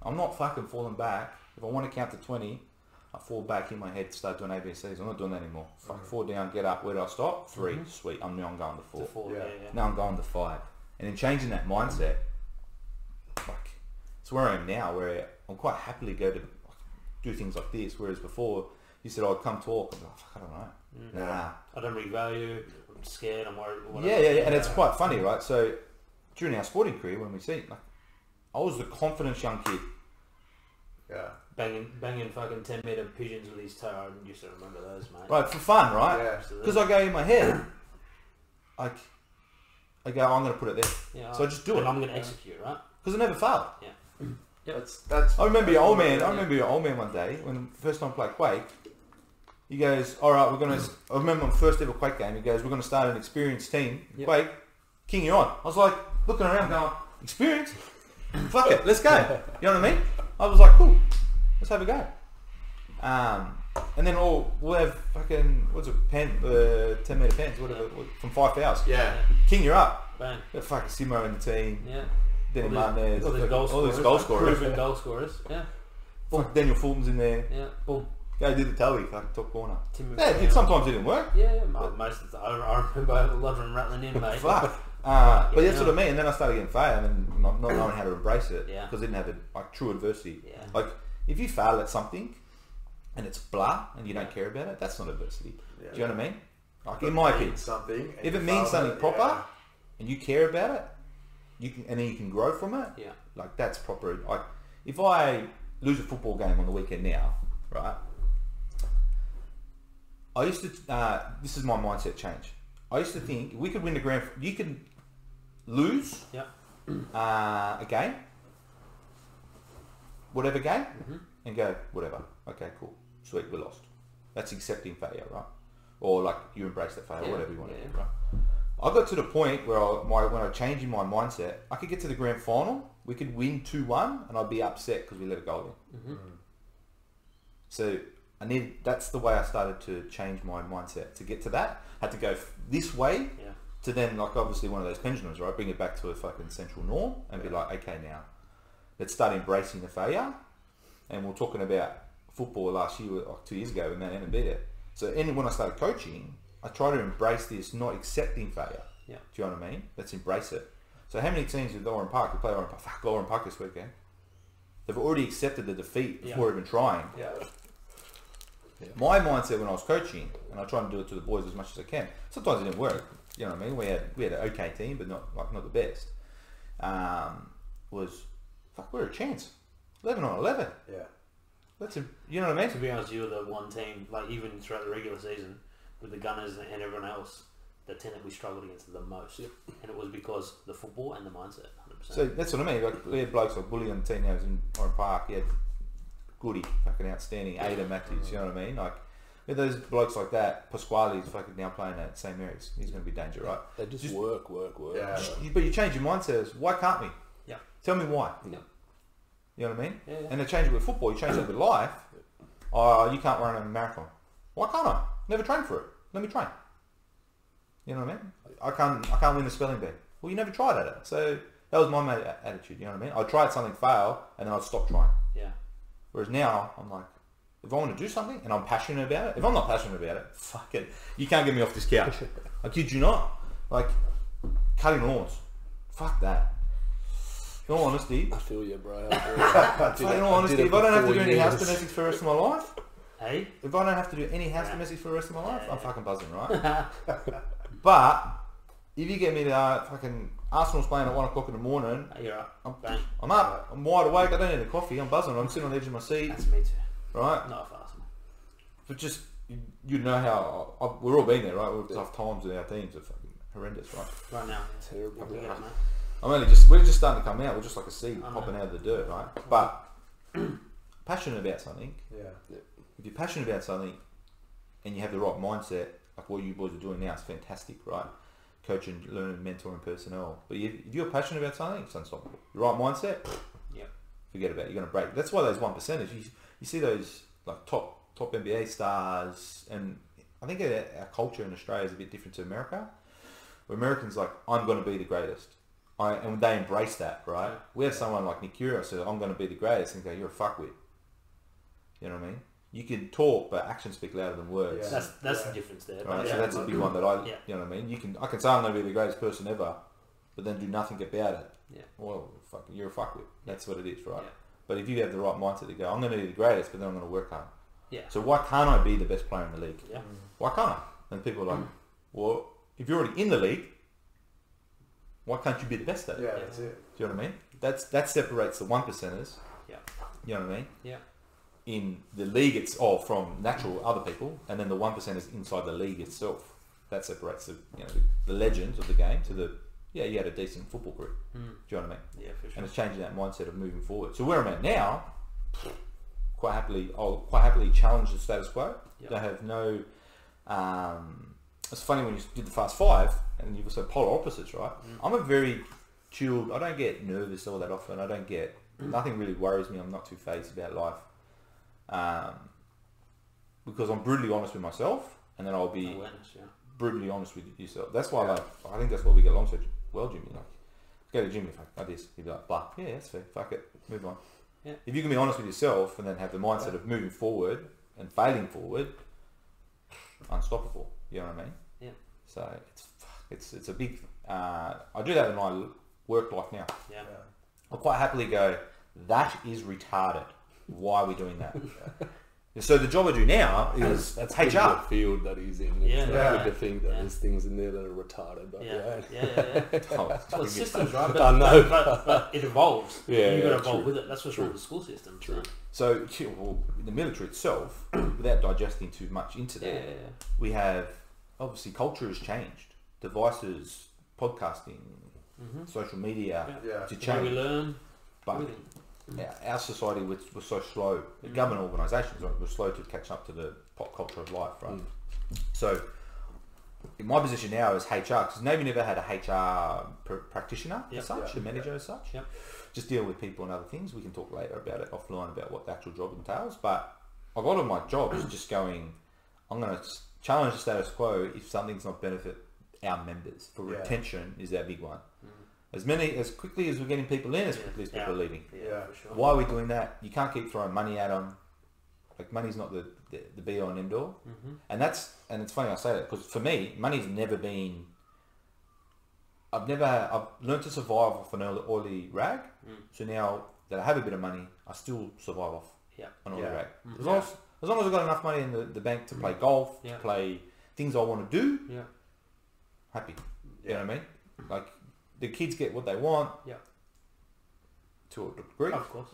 I'm not fucking falling back. If I want to count to twenty, I fall back in my head, start doing ABCs. I'm not doing that anymore. Fuck, four down, get up. Where do I stop? 3 sweet. I'm now I'm going to four. To forward, Yeah. yeah, yeah. Now I'm going to five, and in changing that mindset, like it's where I am now, where I'm quite happily go to do things like this. Whereas before, you said, "Oh, come talk," I'm like, "Fuck, I don't know." Nah. I don't really value. I'm scared. I'm worried. Whatever. Yeah, yeah, yeah, and it's quite funny, right? So during our sporting career, when we see, like, I was the confident young kid. yeah. banging, banging fucking ten meter pigeons with his toe. I used to remember those, mate. Right, for fun, right? Yeah. Absolutely. Because I go in my head, like, I go, "Oh, I'm going to put it there. Yeah, So I just do and it. I'm going to execute, right? Because I never failed. That's that's. I remember your old man, I remember your old man one day, when the first time I played Quake, he goes, all right, we're going to, I remember my first ever Quake game, he goes, we're going to start an experienced team, in Yep. Quake, King you on. I was like, looking around going, experience? Fuck it, let's go. You know what I mean? I was like, cool, let's have a go. Um, and then all, we'll have fucking, what's it, pen, uh, 10 metre pens, whatever, from 5,000. Yeah. King you're up. Bang. Yeah, fucking Simo in the team, Yeah. Danny All Martinez, these- all these fucking- goal all these scorers, goal like, scorers. Proven goal scorers. Yeah. Fuck, Daniel Fulton's in there. Yeah. Boom. Go do the tally, fuck top corner. Tim Yeah, it did, sometimes it didn't work. Yeah, yeah, mo- most of the time. I, I remember a lot of them rattling in, mate. Fuck. Uh, but Yeah. that's what I mean. And then I started getting fail and not, not knowing how to embrace it Yeah. because I didn't have a, like true adversity. Yeah. Like if you fail at something and it's blah and you don't care about it, that's not adversity. Yeah. Do you know what I mean? Like in my opinion, means something. and if you it means fail something at it, proper yeah. and you care about it, you can and then you can grow from it. Yeah. Like that's proper. Like if I lose a football game on the weekend now, right? I used to. Uh, this is my mindset change. I used to think we could win the grand. You could lose Yeah. uh, a game, whatever game, Mm-hmm. and go whatever. Okay, cool, sweet, we lost. That's accepting failure, right? Or like you embrace that failure, Yeah, whatever you want to yeah. do, right? I got to the point where I, my, when I changed in my mindset, I could get to the grand final, we could win 2-1, and I'd be upset because we let a goal in. Mm-hmm. So I need, that's the way I started to change my mindset. To get to that, had to go f- this way Yeah. to then, like, obviously one of those pendulums, right? Bring it back to a fucking central norm and be like, okay, now let's start embracing the failure. And we're talking about football last year, like two years ago, when Man United beat it. So, and when I started coaching, I try to embrace this, not accepting failure. Yeah. Do you know what I mean? Let's embrace it. So, how many teams with Oran Park who play Oran Park? Fuck Oran Park this weekend. They've already accepted the defeat Yeah. before even trying. Yeah. My mindset when I was coaching, and I try and do it to the boys as much as I can. Sometimes it didn't work. You know what I mean? We had we had an okay team, but not like not the best. Um, was fuck, we're a chance. Eleven on eleven. Yeah. That's a you know what I To mean? be honest, you were the one team, like even throughout the regular season, with the Gunners and everyone else, the team that we struggled against the most, and it was because the football and the mindset. 100%. So that's what I mean. Like we had blokes like Bully on the team that was in Oran Park. He had Goody, fucking outstanding. Ada Matthews. You know what I mean? Like. with those blokes like that, Pasquale's fucking now playing at St Mary's. He's going to be danger, right? They just, Just- work, work, work. Yeah. But you change your mindset. Why can't we? Yeah. Tell me why. Yeah. You know what I mean? Yeah, yeah. And they change it with football. You change it with life. Oh, you can't run a marathon. Why can't I? Never trained for it. Let me train. You know what I mean? I can't. I can't win the spelling bee. Well, you never tried at it. So that was my ma- attitude. You know what I mean? I tried something, fail, and then I'd stop trying. Yeah. Whereas now I'm like, if I want to do something and I'm passionate about it, if I'm not passionate about it, fuck it. You can't get me off this couch. I kid you not. Like cutting lawns. Fuck that. In all honesty, I feel you, bro. I feel you. but did in it all for honesty, if I don't have to do any house years. domestics for the rest of my life, Hey. if I don't have to do any house domestics for the rest of my life, I'm fucking buzzing, right? but if you get me to uh, fucking Arsenal's playing at one o'clock in the morning, hey, You're up. I'm, Bang. I'm up, I'm wide awake, I don't need a coffee, I'm buzzing, I'm sitting on the edge of my seat, That's me too. right? Not a fast one. But just you, you know how I, we're all been there, right? We've tough times, and our teams are fucking horrendous, right? Right now. Terrible. We get it, mate. I'm only just we're just starting to come out. We're just like a seed I know. popping out of the dirt, right? But passionate about something. Yeah. If you're passionate about something, and you have the right mindset, like what you boys are doing now, is fantastic, right? Coaching, learning, mentoring personnel. But if if you're passionate about something, it's unstoppable. The right mindset, Yep. forget about it. You're going to break. That's why those one percenters. You, you see those like top top NBA stars, and I think our, our culture in Australia is a bit different to America. Where Americans like I'm going to be the greatest, I, and they embrace that, right? Yeah. We have someone like Nick Kyrgios says I'm going to be the greatest, and go you're a fuckwit. You know what I mean? You can talk, but actions speak louder than words. Yeah. That's that's Yeah. the difference there. Right, But so yeah, that's a big one that I, Yeah. you know what I mean. You can, I can say I'm going to be the greatest person ever, but then do nothing about it. Yeah. Well, fuck, you're a fuckwit. That's what it is, right? Yeah. But if you have the right mindset to go, I'm going to be the greatest, but then I'm going to work hard. Yeah. So why can't I be the best player in the league? Yeah. Mm. Why can't I? And people are like, well, if you're already in the league, why can't you be the best at it? Yeah, that's it. Do you know what I mean? That's that separates the one percenters. Yeah. You know what I mean? Yeah. in the league it's all from natural other people, and then the one percent is inside the league itself. That separates the you know the legends of the game to the yeah you had a decent football group. Do Mm. you know what I mean? Yeah, for And sure. it's changing that mindset of moving forward. So where I'm at now, quite happily, I'll quite happily challenge the status quo. Yeah. They have no. Um, it's funny when you did the fast five, and you were so polar opposites, right? I'm a very chilled. I don't get nervous all that often. I don't get nothing really worries me. I'm not too phased about life, um, because I'm brutally honest with myself, and then I'll be Awareness, yeah. brutally honest with yourself. That's why, like, I think that's why we get along so well, Jimmy. Like, go to Jimmy, fuck, like this. He'd be like, blah, yeah, that's fair. Fuck it, move on. Yeah. If you can be honest with yourself and then have the mindset of moving forward and failing forward, unstoppable. You know what I mean? Yeah. So it's fuck, it's it's a big. Uh, I do that in my work life now. Yeah. Yeah. I'll quite happily go, that is retarded. Why are we doing that? So the job I do now is That's HR. pretty good field that he's in. It's Yeah. not Yeah. good to think that Yeah. there's things in there that are retarded. But Yeah. Yeah. yeah. Yeah. yeah, yeah. Oh, it's Well, pretty it's good. systems, right? But, I know. But, but it evolves. Yeah, you got to yeah, evolve true. with it. That's what's wrong with the school system. True. So, gee, well, the military itself, without digesting too much into Yeah, that, yeah, yeah. we have obviously culture has changed. Devices, podcasting, social media Yeah. to The way Mm-hmm. we change. learn. But everything. our- our society was, was so slow. The government organisations were were slow to catch up to the pop culture of life, right? Mm. So, in my position now is HR because Navy never had a HR pr- practitioner Yep. as such, Yeah. a manager as such. Yep. Just deal with people and other things. We can talk later about it offline about what the actual job entails. But a lot of my job is just going. I'm going to challenge the status quo if something's not benefit our members. For Yeah. retention is our big one. As many as quickly as we're getting people in, as Mm. Yeah. quickly as people Yeah. are leaving. Yeah, Yeah. for sure. Why are we doing that? You can't keep throwing money at them. Like money's not the, the, the be all and end all. Mhm. And that's and it's funny I say that because for me, money's never been. I've never I've learned to survive off an oily, oily rag. So now that I have a bit of money, I still survive off Yeah. an oily Yeah. Mm. rag. Mm. As long as, as long as I've got enough money in the, the bank to play golf, Yeah. to play things I want to do, Yeah. happy. Yeah. You know what I mean? Like the kids get what they want Yeah. Oh. to a degree, Of course.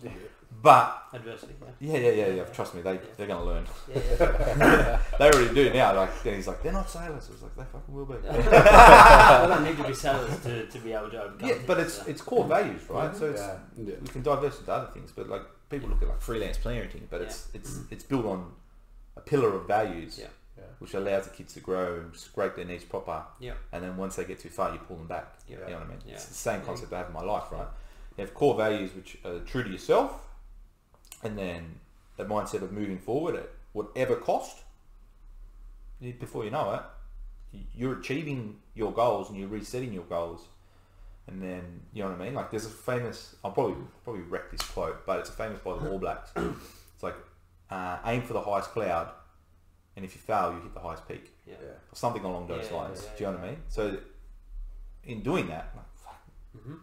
but Adversity. Yeah. yeah, yeah, yeah, yeah. Trust me, they they're gonna learn. Yeah. yeah. They already do now. Like then he's like, they're not sailors. I was like, they fucking will be. I don't need to be sellers to, to be able to overcome. yeah, it, but it's it's core values, right? So it's Yeah. Yeah. we can diverse into other things, but like people look at like freelance parenting, but it's it's it's built on a pillar of values, Yeah. Yeah. which allows the kids to grow and scrape their knees proper. Yeah. And then once they get too far, you pull them back. You Yeah. know what I mean? Yeah. It's the same concept I have in my life, right? You have core values which are true to yourself, and then the mindset of moving forward at whatever cost. you- Before you know it, y- you're achieving your goals and you're resetting your goals. And then you know what I mean. Like there's a famous. I'll probably probably wreck this quote, but it's a famous by the All Blacks. It's like uh, aim for the highest cloud, and if you fail, you hit the highest peak Yeah. Yeah. or something along those Yeah, lines. yeah, Do you know what I mean? So, in doing that, like, fuck, Mm-hmm.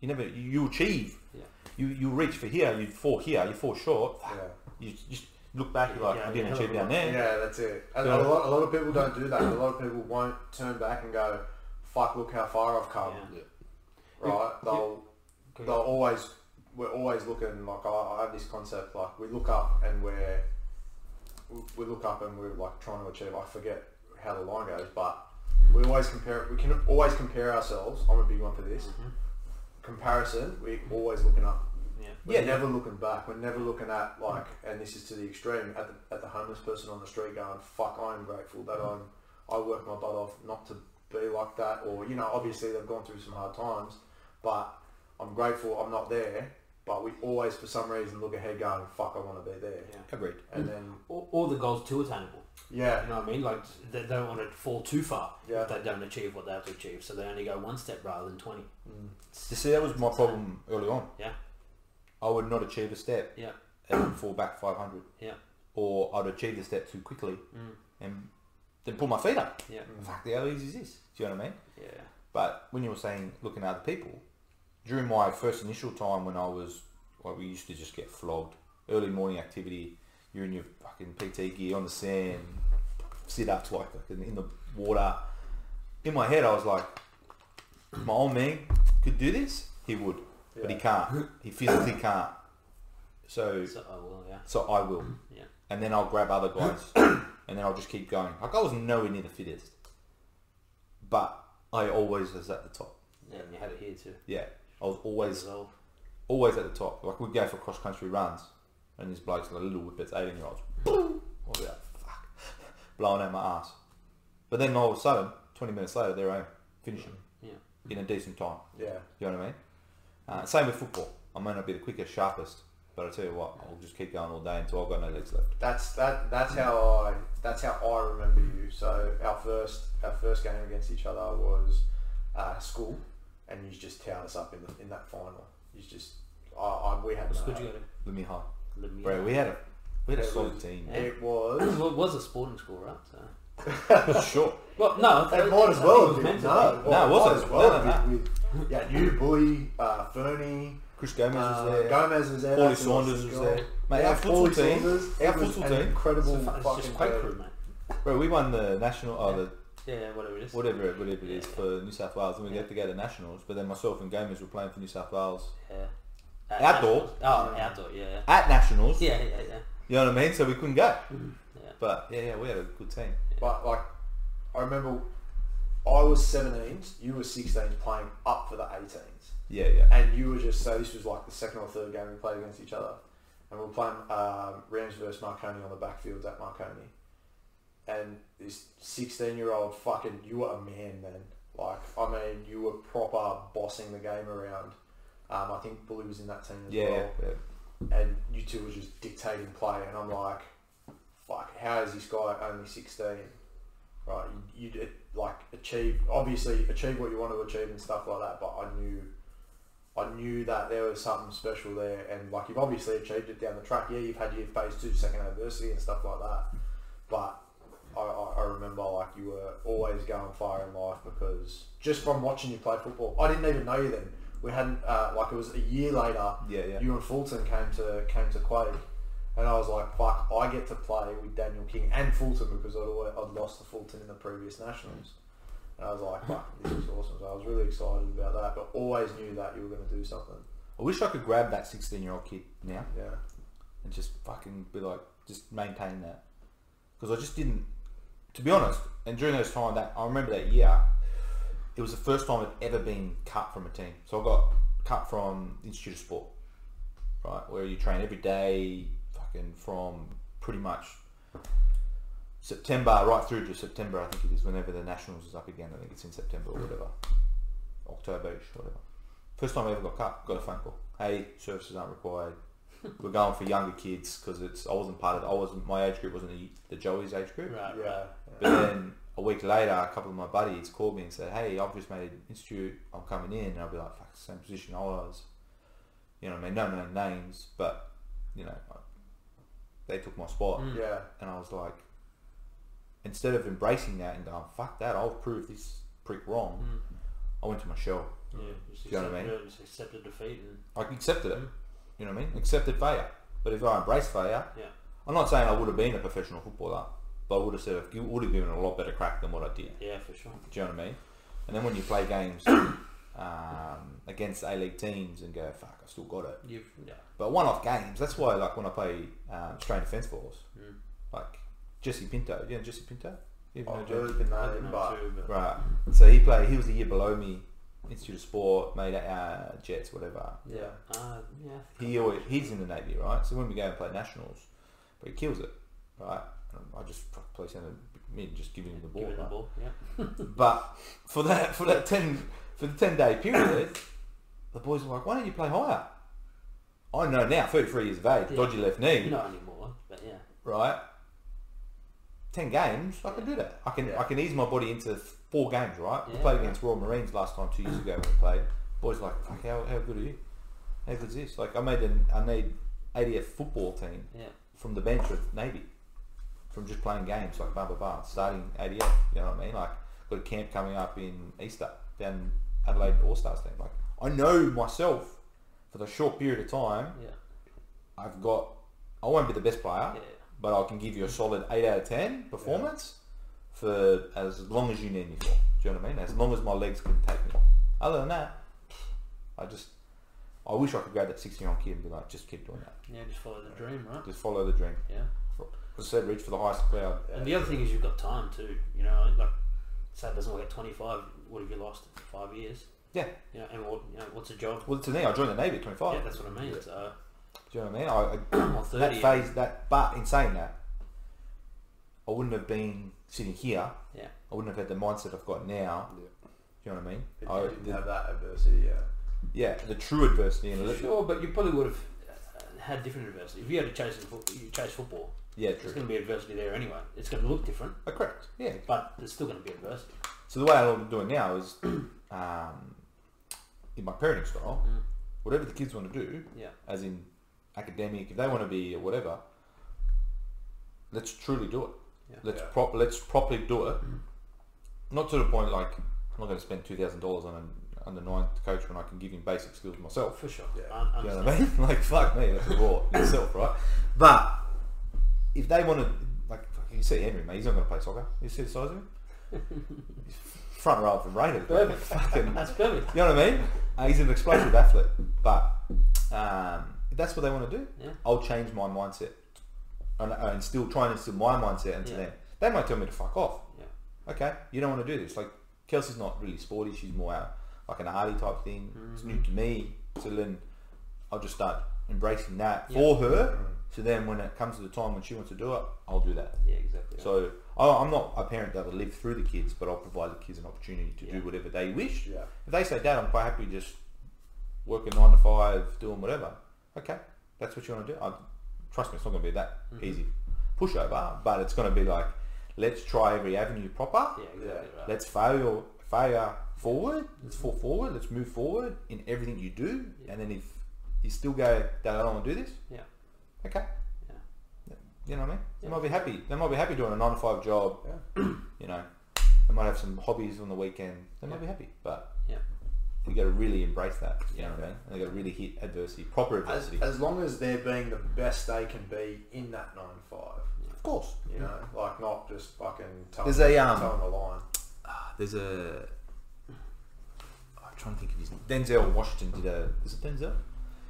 you never you, you achieve. Yeah. You you reach for here, you fall here, you fall short. Fuck. Yeah. You just look back, you're like, Yeah, I didn't yeah. achieve down there. Yeah, that's it. And A, Yeah. lot, a lot of people don't do that. A lot of people won't turn back and go, "Fuck! Look how far I've come." Yeah. Right? They'll Cool. they'll always we're always looking like I, I have this concept like we look up and we're we look up and we're like trying to achieve. I forget how the line goes, but we always compare. We can always compare ourselves. I'm a big one for Mm-hmm. this comparison. We're always looking up. Yeah. We're Yeah. never looking back. We're never looking at like, and this is to the extreme, at the, at the homeless person on the street going, "Fuck, I am grateful that I'm, I work my butt off not to be like that." Or you know, obviously they've gone through some hard times, but I'm grateful I'm not there. But we always, for some reason, look ahead going, "Fuck, I want to be there." Yeah. Agreed. And then, All, all the goals too attainable. You yeah, know what I mean? Like they they don't want to fall too far Yeah. if they don't achieve what they have to achieve. So they only go one step rather than twenty. Mm, You see, that was my problem early on. Yeah. I would not achieve a step Yeah. and fall back 500, Yeah. Mm. or I'd achieve the step too quickly and then pull my feet up. Yeah. Fuck, how easy is this? Do you know what I mean? Yeah. But when you were saying looking at other people, during my first initial time when I was, well, we used to just get flogged. Early morning activity, you're in your fucking PT gear on the sand, sit ups like in, in the water. In my head, I was like, if my old man could do this, he would, but he Yeah. can't. He physically can't. So, So oh well, yeah. so I will, Yeah. and then I'll grab other guys, and then I'll just keep going. Like I was nowhere near the fittest, but I always was at the top. Yeah, and you had it here too. Yeah, I was always So, always at the top. Like we'd go for cross country runs, and these blokes like little whippets, eighteen year olds, boom, I was like, fuck, blowing out my ass. But then all of a sudden, twenty minutes later, they're home, finishing yeah. in a decent time. yeah, You know what I mean? Uh, same with football. I may not be the quickest, sharpest, but I tell you what, I'll just keep going all day until I've got no legs left. that's that. That's how I. That's how I remember you. So our first, our first game against each other was uh, school, and you just towed us up in the, in that final. You just, I, I we had. What no- school did you go to? Let me high, uh, Lemieux. bro. We had a we had a It solid was- team. Yeah. It was. Well, it was a sporting school, right? So. sure. Well, no. They might as well have been. meant to No, No, it might wasn't. as well No, no, have been with- Yeah, you, Bully, uh, Fernie, Chris Gomez uh, was there. Gomez was there. Paulie that's an awesome Saunders was goal. there. Mate, yeah, our Paulie futsal team- Saunders, our it was futsal an team- incredible It's, a, fu- it's fucking just quite team. crew, mate. Bro, we won the national, oh, the Yeah, yeah, whatever it is. whatever it, whatever it is Yeah. for New South Wales, and we had to go to nationals. But then myself and Gomez were playing for New South Wales Yeah. Uh, Outdoor? nationals. Oh, outdoor. Yeah. yeah. at nationals. Yeah, yeah, yeah. You know what I mean? So we couldn't go. Mm-hmm. Yeah. But yeah, yeah, we had a good team. But like, I remember, I was 17s, you were 16s, playing up for the 18s. Yeah, yeah. and you were just so this was like the second or third game we played against each other, and we were playing um, Rams versus Marconi on the backfields at Marconi, and this sixteen-year-old fucking you were a man then. Like I mean, you were proper bossing the game around. Um, I think Bully was in that team as Yeah, well, yeah. and you two were just dictating play, and I'm like, fuck, how is this guy only sixteen? Right, you, you like achieve obviously achieve what you want to achieve and stuff like that, but I knew I knew that there was something special there, and like you've obviously achieved it down the track. Yeah, you've had your phase two, second adversity, and stuff like that. But I, I, I remember like you were always going far in life because just from watching you play football, I didn't even know you then. We hadn't uh, like it was a year later. Yeah, yeah. You and Fulton came to came to Quake, and I was like, "Fuck! I get to play with Daniel King and Fulton because I'd always, I'd lost to Fulton in the previous nationals." And I was like, "Fuck! This is awesome!" So I was really excited about that, but always knew that you were going to do something. I wish I could grab that 16 year old kid now Yeah. and just fucking be like, just maintain that. Because I just didn't, to be honest, and during those time, that I remember that year, it was the first time I'd ever been cut from a team. So I got cut from Institute of Sport, right, where you train every day, fucking from pretty much September right through to September, I think it is, whenever the Nationals is up again. I think it's in September or whatever, Octoberish, whatever. First time I ever got cut, got a phone call. Hey, services aren't required. We're going for younger kids because it's I wasn't part of I was my age group wasn't the, the Joey's age group. Right, right. Yeah. But then a week later, a couple of my buddies called me and said, "Hey, I've just made an institute. I'm coming in." And I'll be like, "Fuck, same position I was." You know, what I mean, no known names, but you know, I, they took my spot, Mm. Yeah. and I was like, instead of embracing that and going, "Fuck that," I'll prove this prick wrong. Mm. I went to my shell. Yeah, just Do you know what I accept- mean? yeah, Just accepted defeat and I accepted it. Mm. You know what I mean? Accepted failure. But if I embraced failure, Yeah. I'm not saying I would have been a professional footballer, but I would have said I would have given it a lot better crack than what I did. yeah, for sure. Do you know what I mean? And then when you play games um, against A League teams and go, fuck, I still got it. You've yeah, But one off games, that's why like when I play um, Australian Defence Force, Mm. like Jesse Pinto, you know Jesse Pinto? You know I've Jesse? heard the I don't name, know but too, but Right. So he played, he was a year below me, Institute of Sport, made uh, Jets, whatever. yeah. uh, yeah, He always, he's in the navy, right? So when we go and play nationals, but he kills it, right? And I just fuck, play centre mid, just give him the ball. Given the right? ball, yeah. But for that for that ten for the ten day period, the boys were like, "Why don't you play higher?" I know now, thirty three years of age, Yeah. dodgy left knee, Not anymore, but yeah, right? Ten games, I can do that. I can Yeah. I can ease my body into four games, right? We Yeah. played against Royal Marines last time two years ago when we played. Boys were like, "Fuck, how how good are you? How good is this?" Like I made an I made ADF football team yeah. from the bench of Navy, from just playing games like blah blah blah, starting ADF. You know what I mean? Like got a camp coming up in Easter down Adelaide All Stars team. Like I know myself for the short period of time, Yeah, I've got. I won't be the best player, yeah, but I can give you a solid eight out of ten performance for as long as you need me for. Do you know what I mean? As long as my legs can take me. Other than that, I just. I wish I could grab that 16 year old kid and be like, just keep doing that. yeah. Just follow the dream, right? Just follow the dream. Yeah. As I said, reach for the highest cloud. And the other thing is you've got time too. You know, like say it doesn't work at twenty five. What have you lost? Five years. Yeah. You know, and what? You know, what's a job? Well, to me, I joined the Navy at 25. Yeah, that's what I mean. So Do you know what I mean? I, I, I'm on that thirty. phase, that but in saying that, I wouldn't have been sitting here. Yeah. I wouldn't have had the mindset I've got now. Do you know what I mean? But I, you didn't the, have that adversity, yeah. yeah, the true adversity and For li- sure, but you probably would have uh, had different adversity. If you had to chase in foot, you chase football. yeah, There's true. going to be adversity there anyway. It's going to look different, Oh, correct. Yeah. but there's still going to be adversity. So the way I'm doing now is, um, in my parenting style, Mm. whatever the kids want to do, Yeah. as in academic, if they want to be whatever, let's truly do it. Yeah. Let's Yeah. prop let's properly do it. Not to the point like I'm not going to spend two thousand dollars on an under nine coach when I can give him basic skills myself. Oh, For sure. Yeah. I, I You know what I understand. mean? like fuck me, that's raw in itself, right? But if they want to, like fuck, you see Henry, mate, he's not going to play soccer. You see the size of him? He's front row from Raiders, bro. Perfect. fucking That's perfect. you know what I mean? Uh, he's an explosive athlete, but um, if that's what they want to do, Yeah. I'll change my mindset and, and still try and instill my mindset into Yeah. them. They might tell me to fuck off. Yeah. Okay, you don't want to do this. Like Kelsey's not really sporty; she's more out like an arty type thing. It's Mm. new to me, so then I'll just start embracing that Yeah. for her. So then, when it comes to the time when she wants to do it, I'll do that. Yeah, exactly. So I- I'm not a parent that will live through the kids, but I'll provide the kids an opportunity to Yeah. do whatever they wish. Yeah. If they say, Dad, I'm quite happy just working nine to five, doing whatever. Okay, that's what you want to do. I, trust me, it's not going to be that easy pushover, but it's going to be like, let's try every avenue proper. yeah, exactly right. Let's failure, failure forward. Let's fall forward. Let's move forward in everything you do. Yeah. And then if you still go, Dad, I don't want to do this. Yeah. Okay. Yeah. You know what I mean? They Yeah. might be happy. They might be happy doing a nine to five job. Yeah. You know, they might have some hobbies on the weekend. They might Yeah. be happy, but Yeah. you got to really embrace that. You know what I Yeah. mean? And you got to really hit adversity, proper As, adversity. as long as they're being the best they can be in that 9 5. of course. You know, like not just fucking towing, There's a, um, towing the line. There's a. I'm trying to think of his name. Denzel Washington did a. Is it Denzel?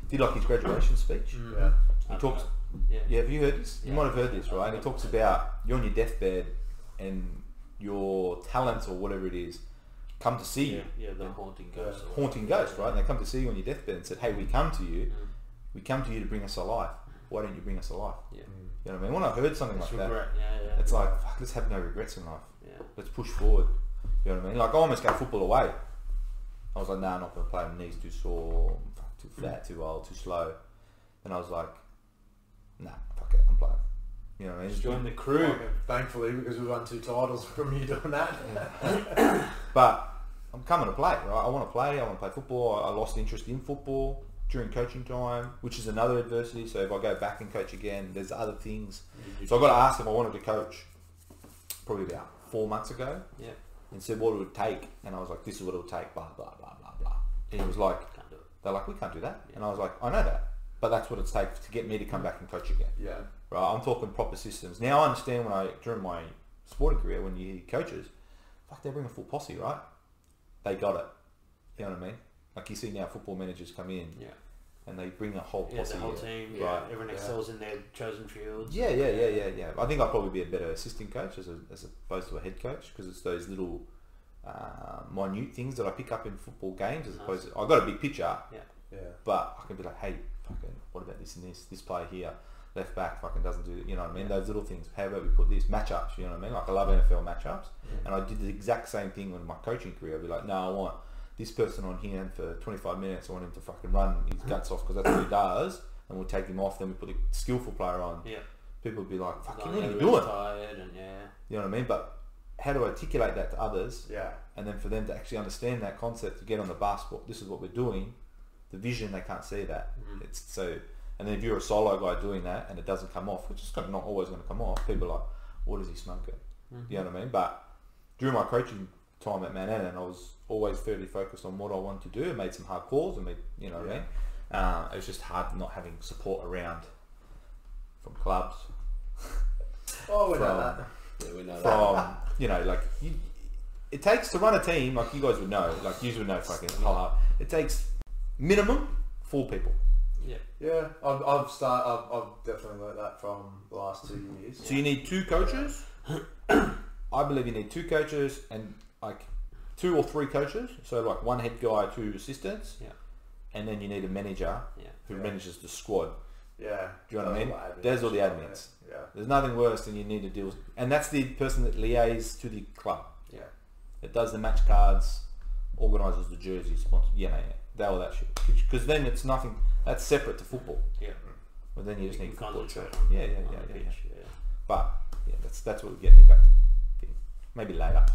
Did like his graduation speech. Mm. Yeah. He I talks. don't know. Yeah. Yeah, have you heard this? You Yeah. might have heard this, right? And he I've talks heard about you're on your deathbed and your talents or whatever it is come to see Yeah, you. yeah, the haunting ghost. or Haunting ghosts, right? And they come to see you on your deathbed and said, Hey, we come to you. We come to you to bring us alive. Why don't you bring us alive? Yeah. Mm. You know what I mean? When I heard something It's like that, regret. Yeah, yeah. it's like, fuck, let's have no regrets in life. yeah. Let's push forward. You know what I mean? Like, I almost gave football away. I was like, nah, I'm not going to play. My knee's too sore. I'm fuck, too fat, too old, too slow. And I was like, nah, fuck it, I'm playing. You know what I mean? Just join the crew. Fucking Thankfully, because we won two titles from you doing that. But I'm coming to play, right? I want to play. I want to play football. I I lost interest in football during coaching time, which is another adversity. So if I go back and coach again, there's other things. So I got to ask if I wanted to coach probably about four months ago Yeah, and said what it would take. And I was like, this is what it would take, blah, blah, blah, blah, blah. And it was like, can't do it. they're like, we can't do that. And I was like, I know that. But that's what it takes to get me to come back and coach again. yeah. Right, I'm talking proper systems. Now I understand when I during my sporting career when you hear coaches, fuck they bring a full posse, right? They got it. You know what I mean? Like you see now football managers come in Yeah, and they bring a whole yeah, posse. the whole in. team. uh, Yeah. Yeah, everyone excels in their chosen fields. Yeah, yeah, yeah, yeah, yeah. I think I'd probably be a better assistant coach as, a, as opposed to a head coach because it's those little uh, minute things that I pick up in football games as opposed to I've got a big picture Yeah. but I can be like, hey, fucking, what about this and this? This player here, left back, fucking doesn't do, you know what I mean? Those little things. How about we put this matchups? You know what I mean? Like I love NFL matchups, and I did the exact same thing with my coaching career. I'd be like, no, I want this person on here for 25 minutes. I want him to fucking run his guts off because that's what he does, and we'll take him off. Then we put a skillful player on. Yeah, People would be like, fucking, Like, what are you everyone's doing? Tired and yeah, You know what I mean? But how do I articulate that to others? Yeah. and then for them to actually understand that concept to get on the basketball this is what we're doing the vision they can't see that it's so and then if you're a solo guy doing that and it doesn't come off which is kind of not always going to come off people are like what is he smoking you know what I mean but during my coaching time at Manhattan I was always fairly focused on what I wanted to do I made some hard calls and made you know what I mean uh, it was just hard not having support around from clubs Oh, we know From- that. Yeah, we know that. from you know like you, it takes to run a team like you guys would know like you would know fucking hard it takes minimum four people yeah. Yeah, I've, I've start. I've, I've definitely learnt that from the last two years. so you need two coaches I believe you need two coaches and like two or three coaches so like one head guy two assistants Yeah. and then you need a manager Yeah. who Yeah. manages the squad Yeah. Do you know what I mean? Admin There's all the shit, admins. Yeah. there's nothing worse than you need to deal with and that's the person that liaises to the club Yeah. that does the match cards, organises the jerseys, sponsors, yeah, yeah, that all that shit. Because then it's nothing that's separate to football. yeah. But then you just You need can football concentrate itself. on- Yeah, yeah, on yeah, the yeah, pitch, yeah. yeah. But yeah, that's that's what would get me back. to thing. Maybe later,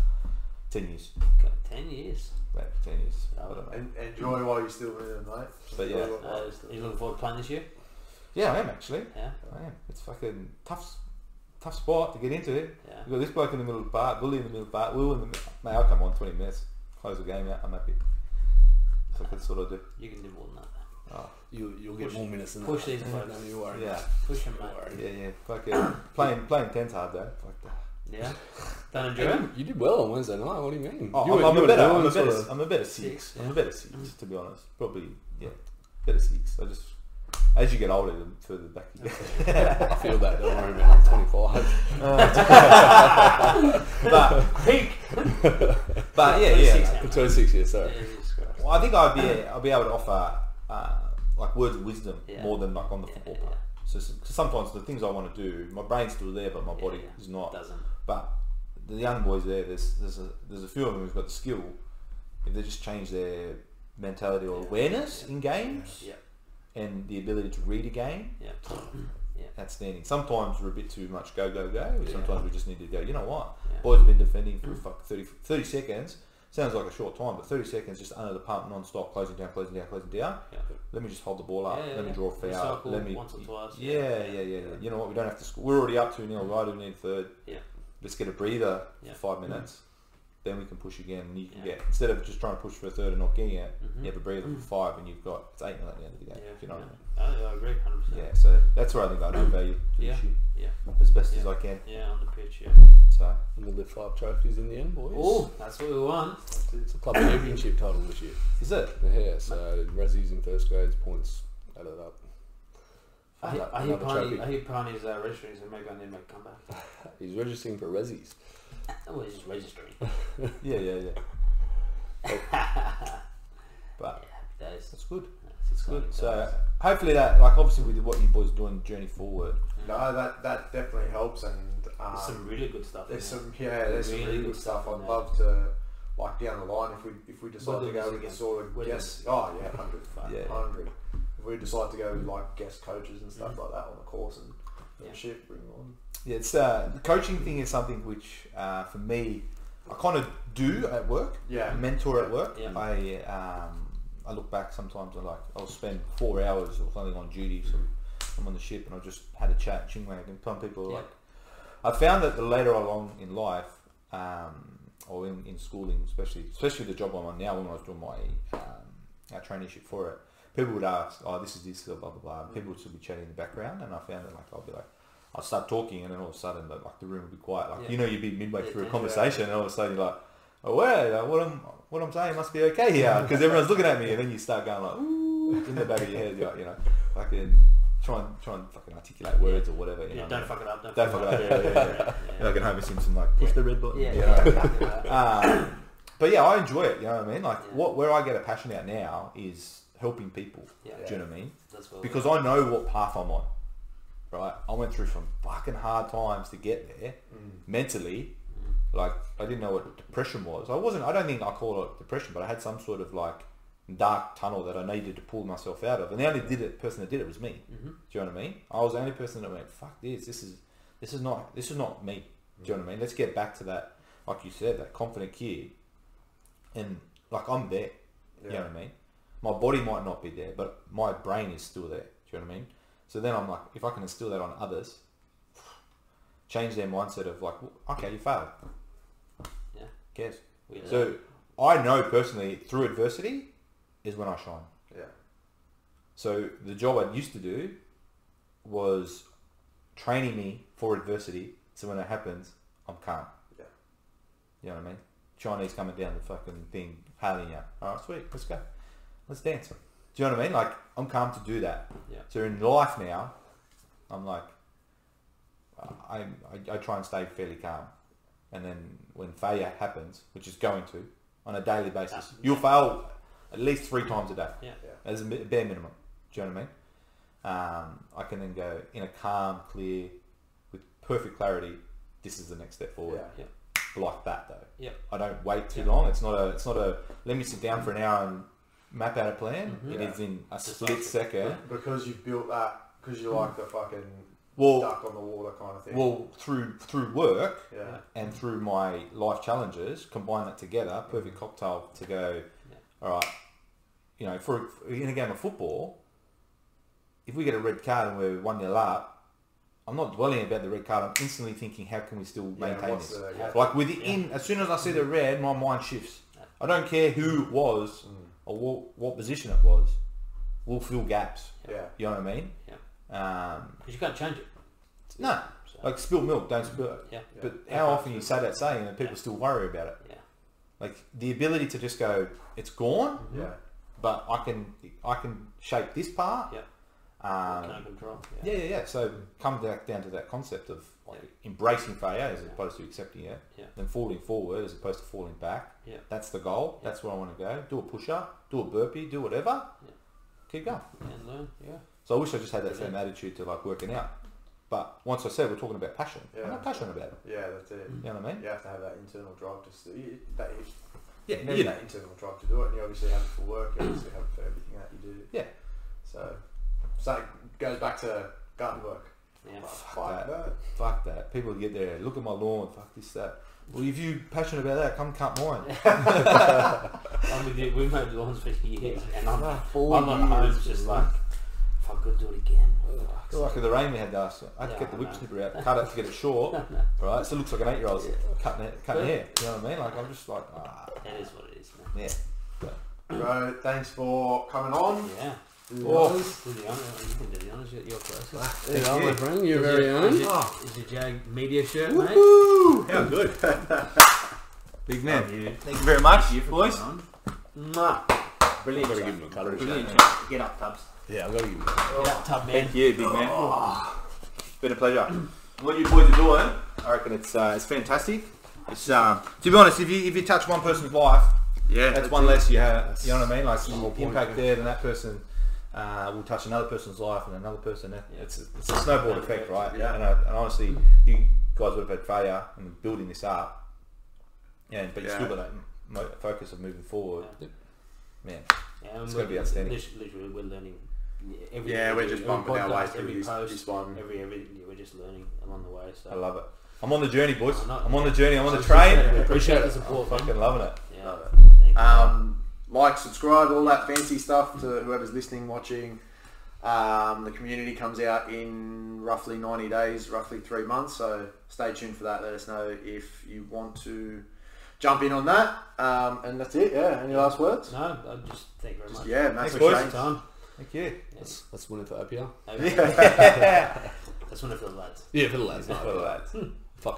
ten years, God, ten years. later, ten years. I don't know. And enjoy while you're still with them, mate. But yeah. Enjoy while Uh, you're are you still- looking forward to playing this year? Yeah, I am actually. Yeah, I am. It's fucking tough, s- tough spot to get into. It. yeah. You got this bloke in the middle of the park, Willie in the middle of the park, Will in the middle. Mate, I'll come on twenty minutes, close the game out. I'm happy. So I could sort of do. You can do more than that. Oh, You, you'll get Push- more minutes than push that. these blokes. No, you worry. yeah. Push him, You mate. worry. Yeah, yeah, fucking playing playing ten's hard though. Fuck that. Yeah. Don't enjoy Hey, it. you- You did well on Wednesday night. What do you mean? Oh, you I'm, I'm a were better, doing I'm a sort better, of- I'm a better Six, six. I'm a better six Mm. to be honest. Probably, yeah, better six. I just as you get older, the further back you get. I feel that. Don't worry, man. I'm 25. but Peak. but Uh, yeah, Twenty-six yeah. now. I'm 26 years, sorry. Jesus Christ. Well, I think I'd be I'll be able to offer uh, like words of wisdom Yeah. more than like on the Yeah, football yeah. part. So, so sometimes the things I want to do, my brain's still there, but my Yeah, body yeah. is not. Doesn't. But the young boys there, there's there's a there's a few of them who've got the skill. If they just change their mentality or Yeah. awareness Yeah. in games Yeah. and the ability to read a game, Yeah. outstanding. Sometimes we're a bit too much go go go. Yeah. Sometimes we just need to go. You know what? Yeah. Boys have been defending for fuck 30, 30 seconds. Sounds like a short time, but thirty seconds just under the pump, non-stop, closing down, closing down, closing down. Yeah. Let me just hold the ball up. Yeah, yeah, Let me yeah. draw a foul. Recycle Let me once or twice. Yeah, yeah, yeah, yeah, You know what? We don't have to. Score. We're already up two 0 right? We need third. Yeah. Let's get a breather Yeah. Mm. for five minutes. Then we can push again. And you can Yeah. get instead of just trying to push for a third and not getting it, Mhm. you have a breather for five, and you've got it's eight 0 at the end of the Yeah. game. You know. What I mean? I, Oh, I agree, hundred percent. Yeah, so that's where I think I do value to Yeah. this year Yeah. as best as Yeah. I can. Yeah, on the pitch. Yeah. So And we'll lift five trophies in the end, boys. Oh, that's what we want. It's a club championship title this year. is it? Yeah, so Rezzi's in first grade's points added up. I, hear- Another- I hear another Parney. trophy. I hear Parney's uh, registering, so maybe I need to make a comeback. He's registering for Rezzi's. Oh, he's just registering. Yeah, yeah, yeah. but That is. that's good. That's It's good. exciting. So hopefully that, like, obviously with what you boys doing, journey forward. No, that that definitely helps, and um, There's some really good stuff. in there's there. some yeah, there's some really really good good stuff. stuff in I'd there. love to like down the line if we if we decide We'll do to go this with the again. sort of We'll do guess. Oh yeah, hundred, Yeah. hundred. If we decide to go with like guest coaches and stuff like that on the course and, and Yeah. shit, bring them on. Yeah, it's uh, the coaching thing is something which uh, for me I kind of do at work. Yeah. mentor at work. Yeah. I um, I look back sometimes. I like I'll spend four hours or something on duty, so I'm on the ship and I just had a chat chingwag. And some people are Yeah. like, I found that the later along in life um, or in, in schooling, especially especially the job I'm on now, when I was doing my um, our traineeship for it, people would ask, "Oh, this is this," blah blah blah. Mm. And people would still be chatting in the background, and I found that like I'll be like. I'll start talking and then all of a sudden like, like the room will be quiet. Like Yeah. you know you'd be midway Yeah, through a yeah. conversation and all of a sudden you're like, oh wait, like, what I'm what I'm saying must be okay here because everyone's looking at me, and then you start going like ooh in the back of your head, you're like, you know, fucking try and try and fucking articulate words or whatever. You Yeah, know, don't fuck it up. Don't, Don't fuck it up. Yeah, yeah, Yeah, yeah, like an Homer Simpson, like push the red button. yeah. Yeah, you yeah, know. exactly that. Um, but yeah, I enjoy it. You know what I mean? Like Yeah. what where I get a passion out now is helping people. Yeah. Do you know what I mean? That's what because I know what path I'm on. Right, I went through some fucking hard times to get there Mm. mentally. Like I didn't know what depression was. I wasn't. I don't think I call it depression, but I had some sort of like dark tunnel that I needed to pull myself out of. And the only did it, person that did it was me. Mm-hmm. Do you know what I mean? I was the only person that went, "Fuck this. This is this is not this is not me." Do you know what I mean? Let's get back to that, like you said, that confident kid. And like I'm there. You know Yeah. what I mean? My body might not be there, but my brain is still there. Do you know what I mean? So then I'm like, if I can instill that on others, change their mindset of like, "Well, okay, you failed. Yeah. Who cares? we did. So I know personally through adversity is when I shine. Yeah. So the job I used to do was training me for adversity. So when it happens, I'm calm. Yeah. You know what I mean? Chinese coming down the fucking thing, hailing you. All right, sweet, let's go. Let's dance. Do you know what I mean? Like I'm calm to do that. Yeah. So in life now, I'm like, I, I I try and stay fairly calm, and then when failure happens, which is going to on a daily basis, Absolutely. you'll fail at least three times a day yeah, as a mi- bare minimum. Do you know what I mean? Um, I can then go in a calm, clear, with perfect clarity. This is the next step forward. Yeah. yeah, Like that though. yeah, I don't wait too Yeah. long. It's not a. It's not a. Let me sit down for an hour and map out a plan. Mhm. It Yeah. is in a Just split like- second. Yeah. Because you've built that because you like the fucking Well, duck on the water kind of thing. well, through through work yeah. and through my life challenges, combine that together, perfect cocktail to go. Yeah. All right, you know, for in a game of football, if we get a red card and we're one 0 up, I'm not dwelling about the red card. I'm instantly thinking, how can we still Yeah, maintain what's this? the- yeah. Like within, as soon as I see the Mm. red, my mind shifts. I don't care who it was Mm. or what, what position it was. We'll fill gaps. Yeah. You know what I mean? yeah. Um, Because you can't change it. no, So, like spilled milk, don't spill it. yeah, Yeah. But how often you say that saying and people Yeah. still worry about it? yeah, Like the ability to just go, it's gone, Mm-hmm. Yeah. but I can I can shape this part. yeah. Um, Can I control? yeah, yeah, yeah. So come back down to that concept of like embracing failure as Yeah. opposed to accepting it. Yeah. Then falling forward as opposed to falling back. Yeah. That's the goal. Yeah. That's where I want to go. Do a push up, do a burpee, do whatever. Yeah. Keep going. and learn. Yeah, So I wish I just had that Yeah. same attitude to like working out. But once I said we're talking about passion, Yeah. I'm not passionate about it. Yeah, that's it. You know what I mean? You have to have that internal drive to see it- that is Yeah, you need that internal drive to do it and you obviously have it for work, you obviously have it for everything that you do. Yeah. So so it goes back to garden work. yeah, Like, Fuck fuck that. Fuck that. People get there, look at my lawn, fuck this, that. Well, if you passionate about that, come cut mine. I'm with you. We've made lawns for years, and I'm, I'm Four at home years, just bro. like, if I could do it again, fuck. Like in the rain we had last year, I had to Yeah, get the I whip know. snipper out, cut it to get it short, right? So it looks like an eight year old cutting, it- cutting hair. You know what I mean? Like, I'm just like, ah, That is what it is, yeah. Bro, thanks for coming on. man. Yeah. Oh, Do the honors. You can do the honors. You're, you're first. There you are, you. my friend. You're very is, own. your, is your Jag media shirt, mate? Woohoo! How good. Big man. you. Thank you very much, you boys. Mwah. Brilliant. Gotta job. give him a cuddle. Brilliant. job. Get up, Tubbs. Yeah, I gotta give him. Get up, Tub man. Thank you, big man. Been a pleasure. What you boys are doing, I reckon it's uh, it's fantastic. It's um, to be honest, if you if you touch one person's life, Yeah, that's one less you have. You know what I mean? Like the whole some point, impact yeah. there, then that person uh, will touch another person's life, and another person. that- Yeah. It's a, it's a snowball effect, right? Yeah. And, I, and honestly, you guys would have had failure and building this up, yeah, but you Yeah. still got that mo- focus of moving forward. Yeah. Man, Yeah, and It's we're- gonna be outstanding. lit- Literally, we're learning yeah, every, Yeah, we're every- just every bumping our way podcast, through every this- post, this one. Every every yeah, we're just learning along the way. So I love it. I'm on the journey, boys. I'm I'm, not- on the journey. I'm on the So appreciate it. train. We appreciate the it. I'm support. fucking loving it. Yeah, Oh, Love thank you. Um, like, subscribe, all that fancy stuff to whoever's listening, watching. Um, the community comes out in roughly 90 days, roughly three months. So stay tuned for that. Let us know if you want to jump in on that. Um, and that's it. Yeah. Any last words? no, I just thank you very Just, much. yeah, massive boys. change. Time. Thank you. That's that's Winnipeg, yeah. Yeah. That's one of the lads. Yeah, for the lads. Well, that's- Fuck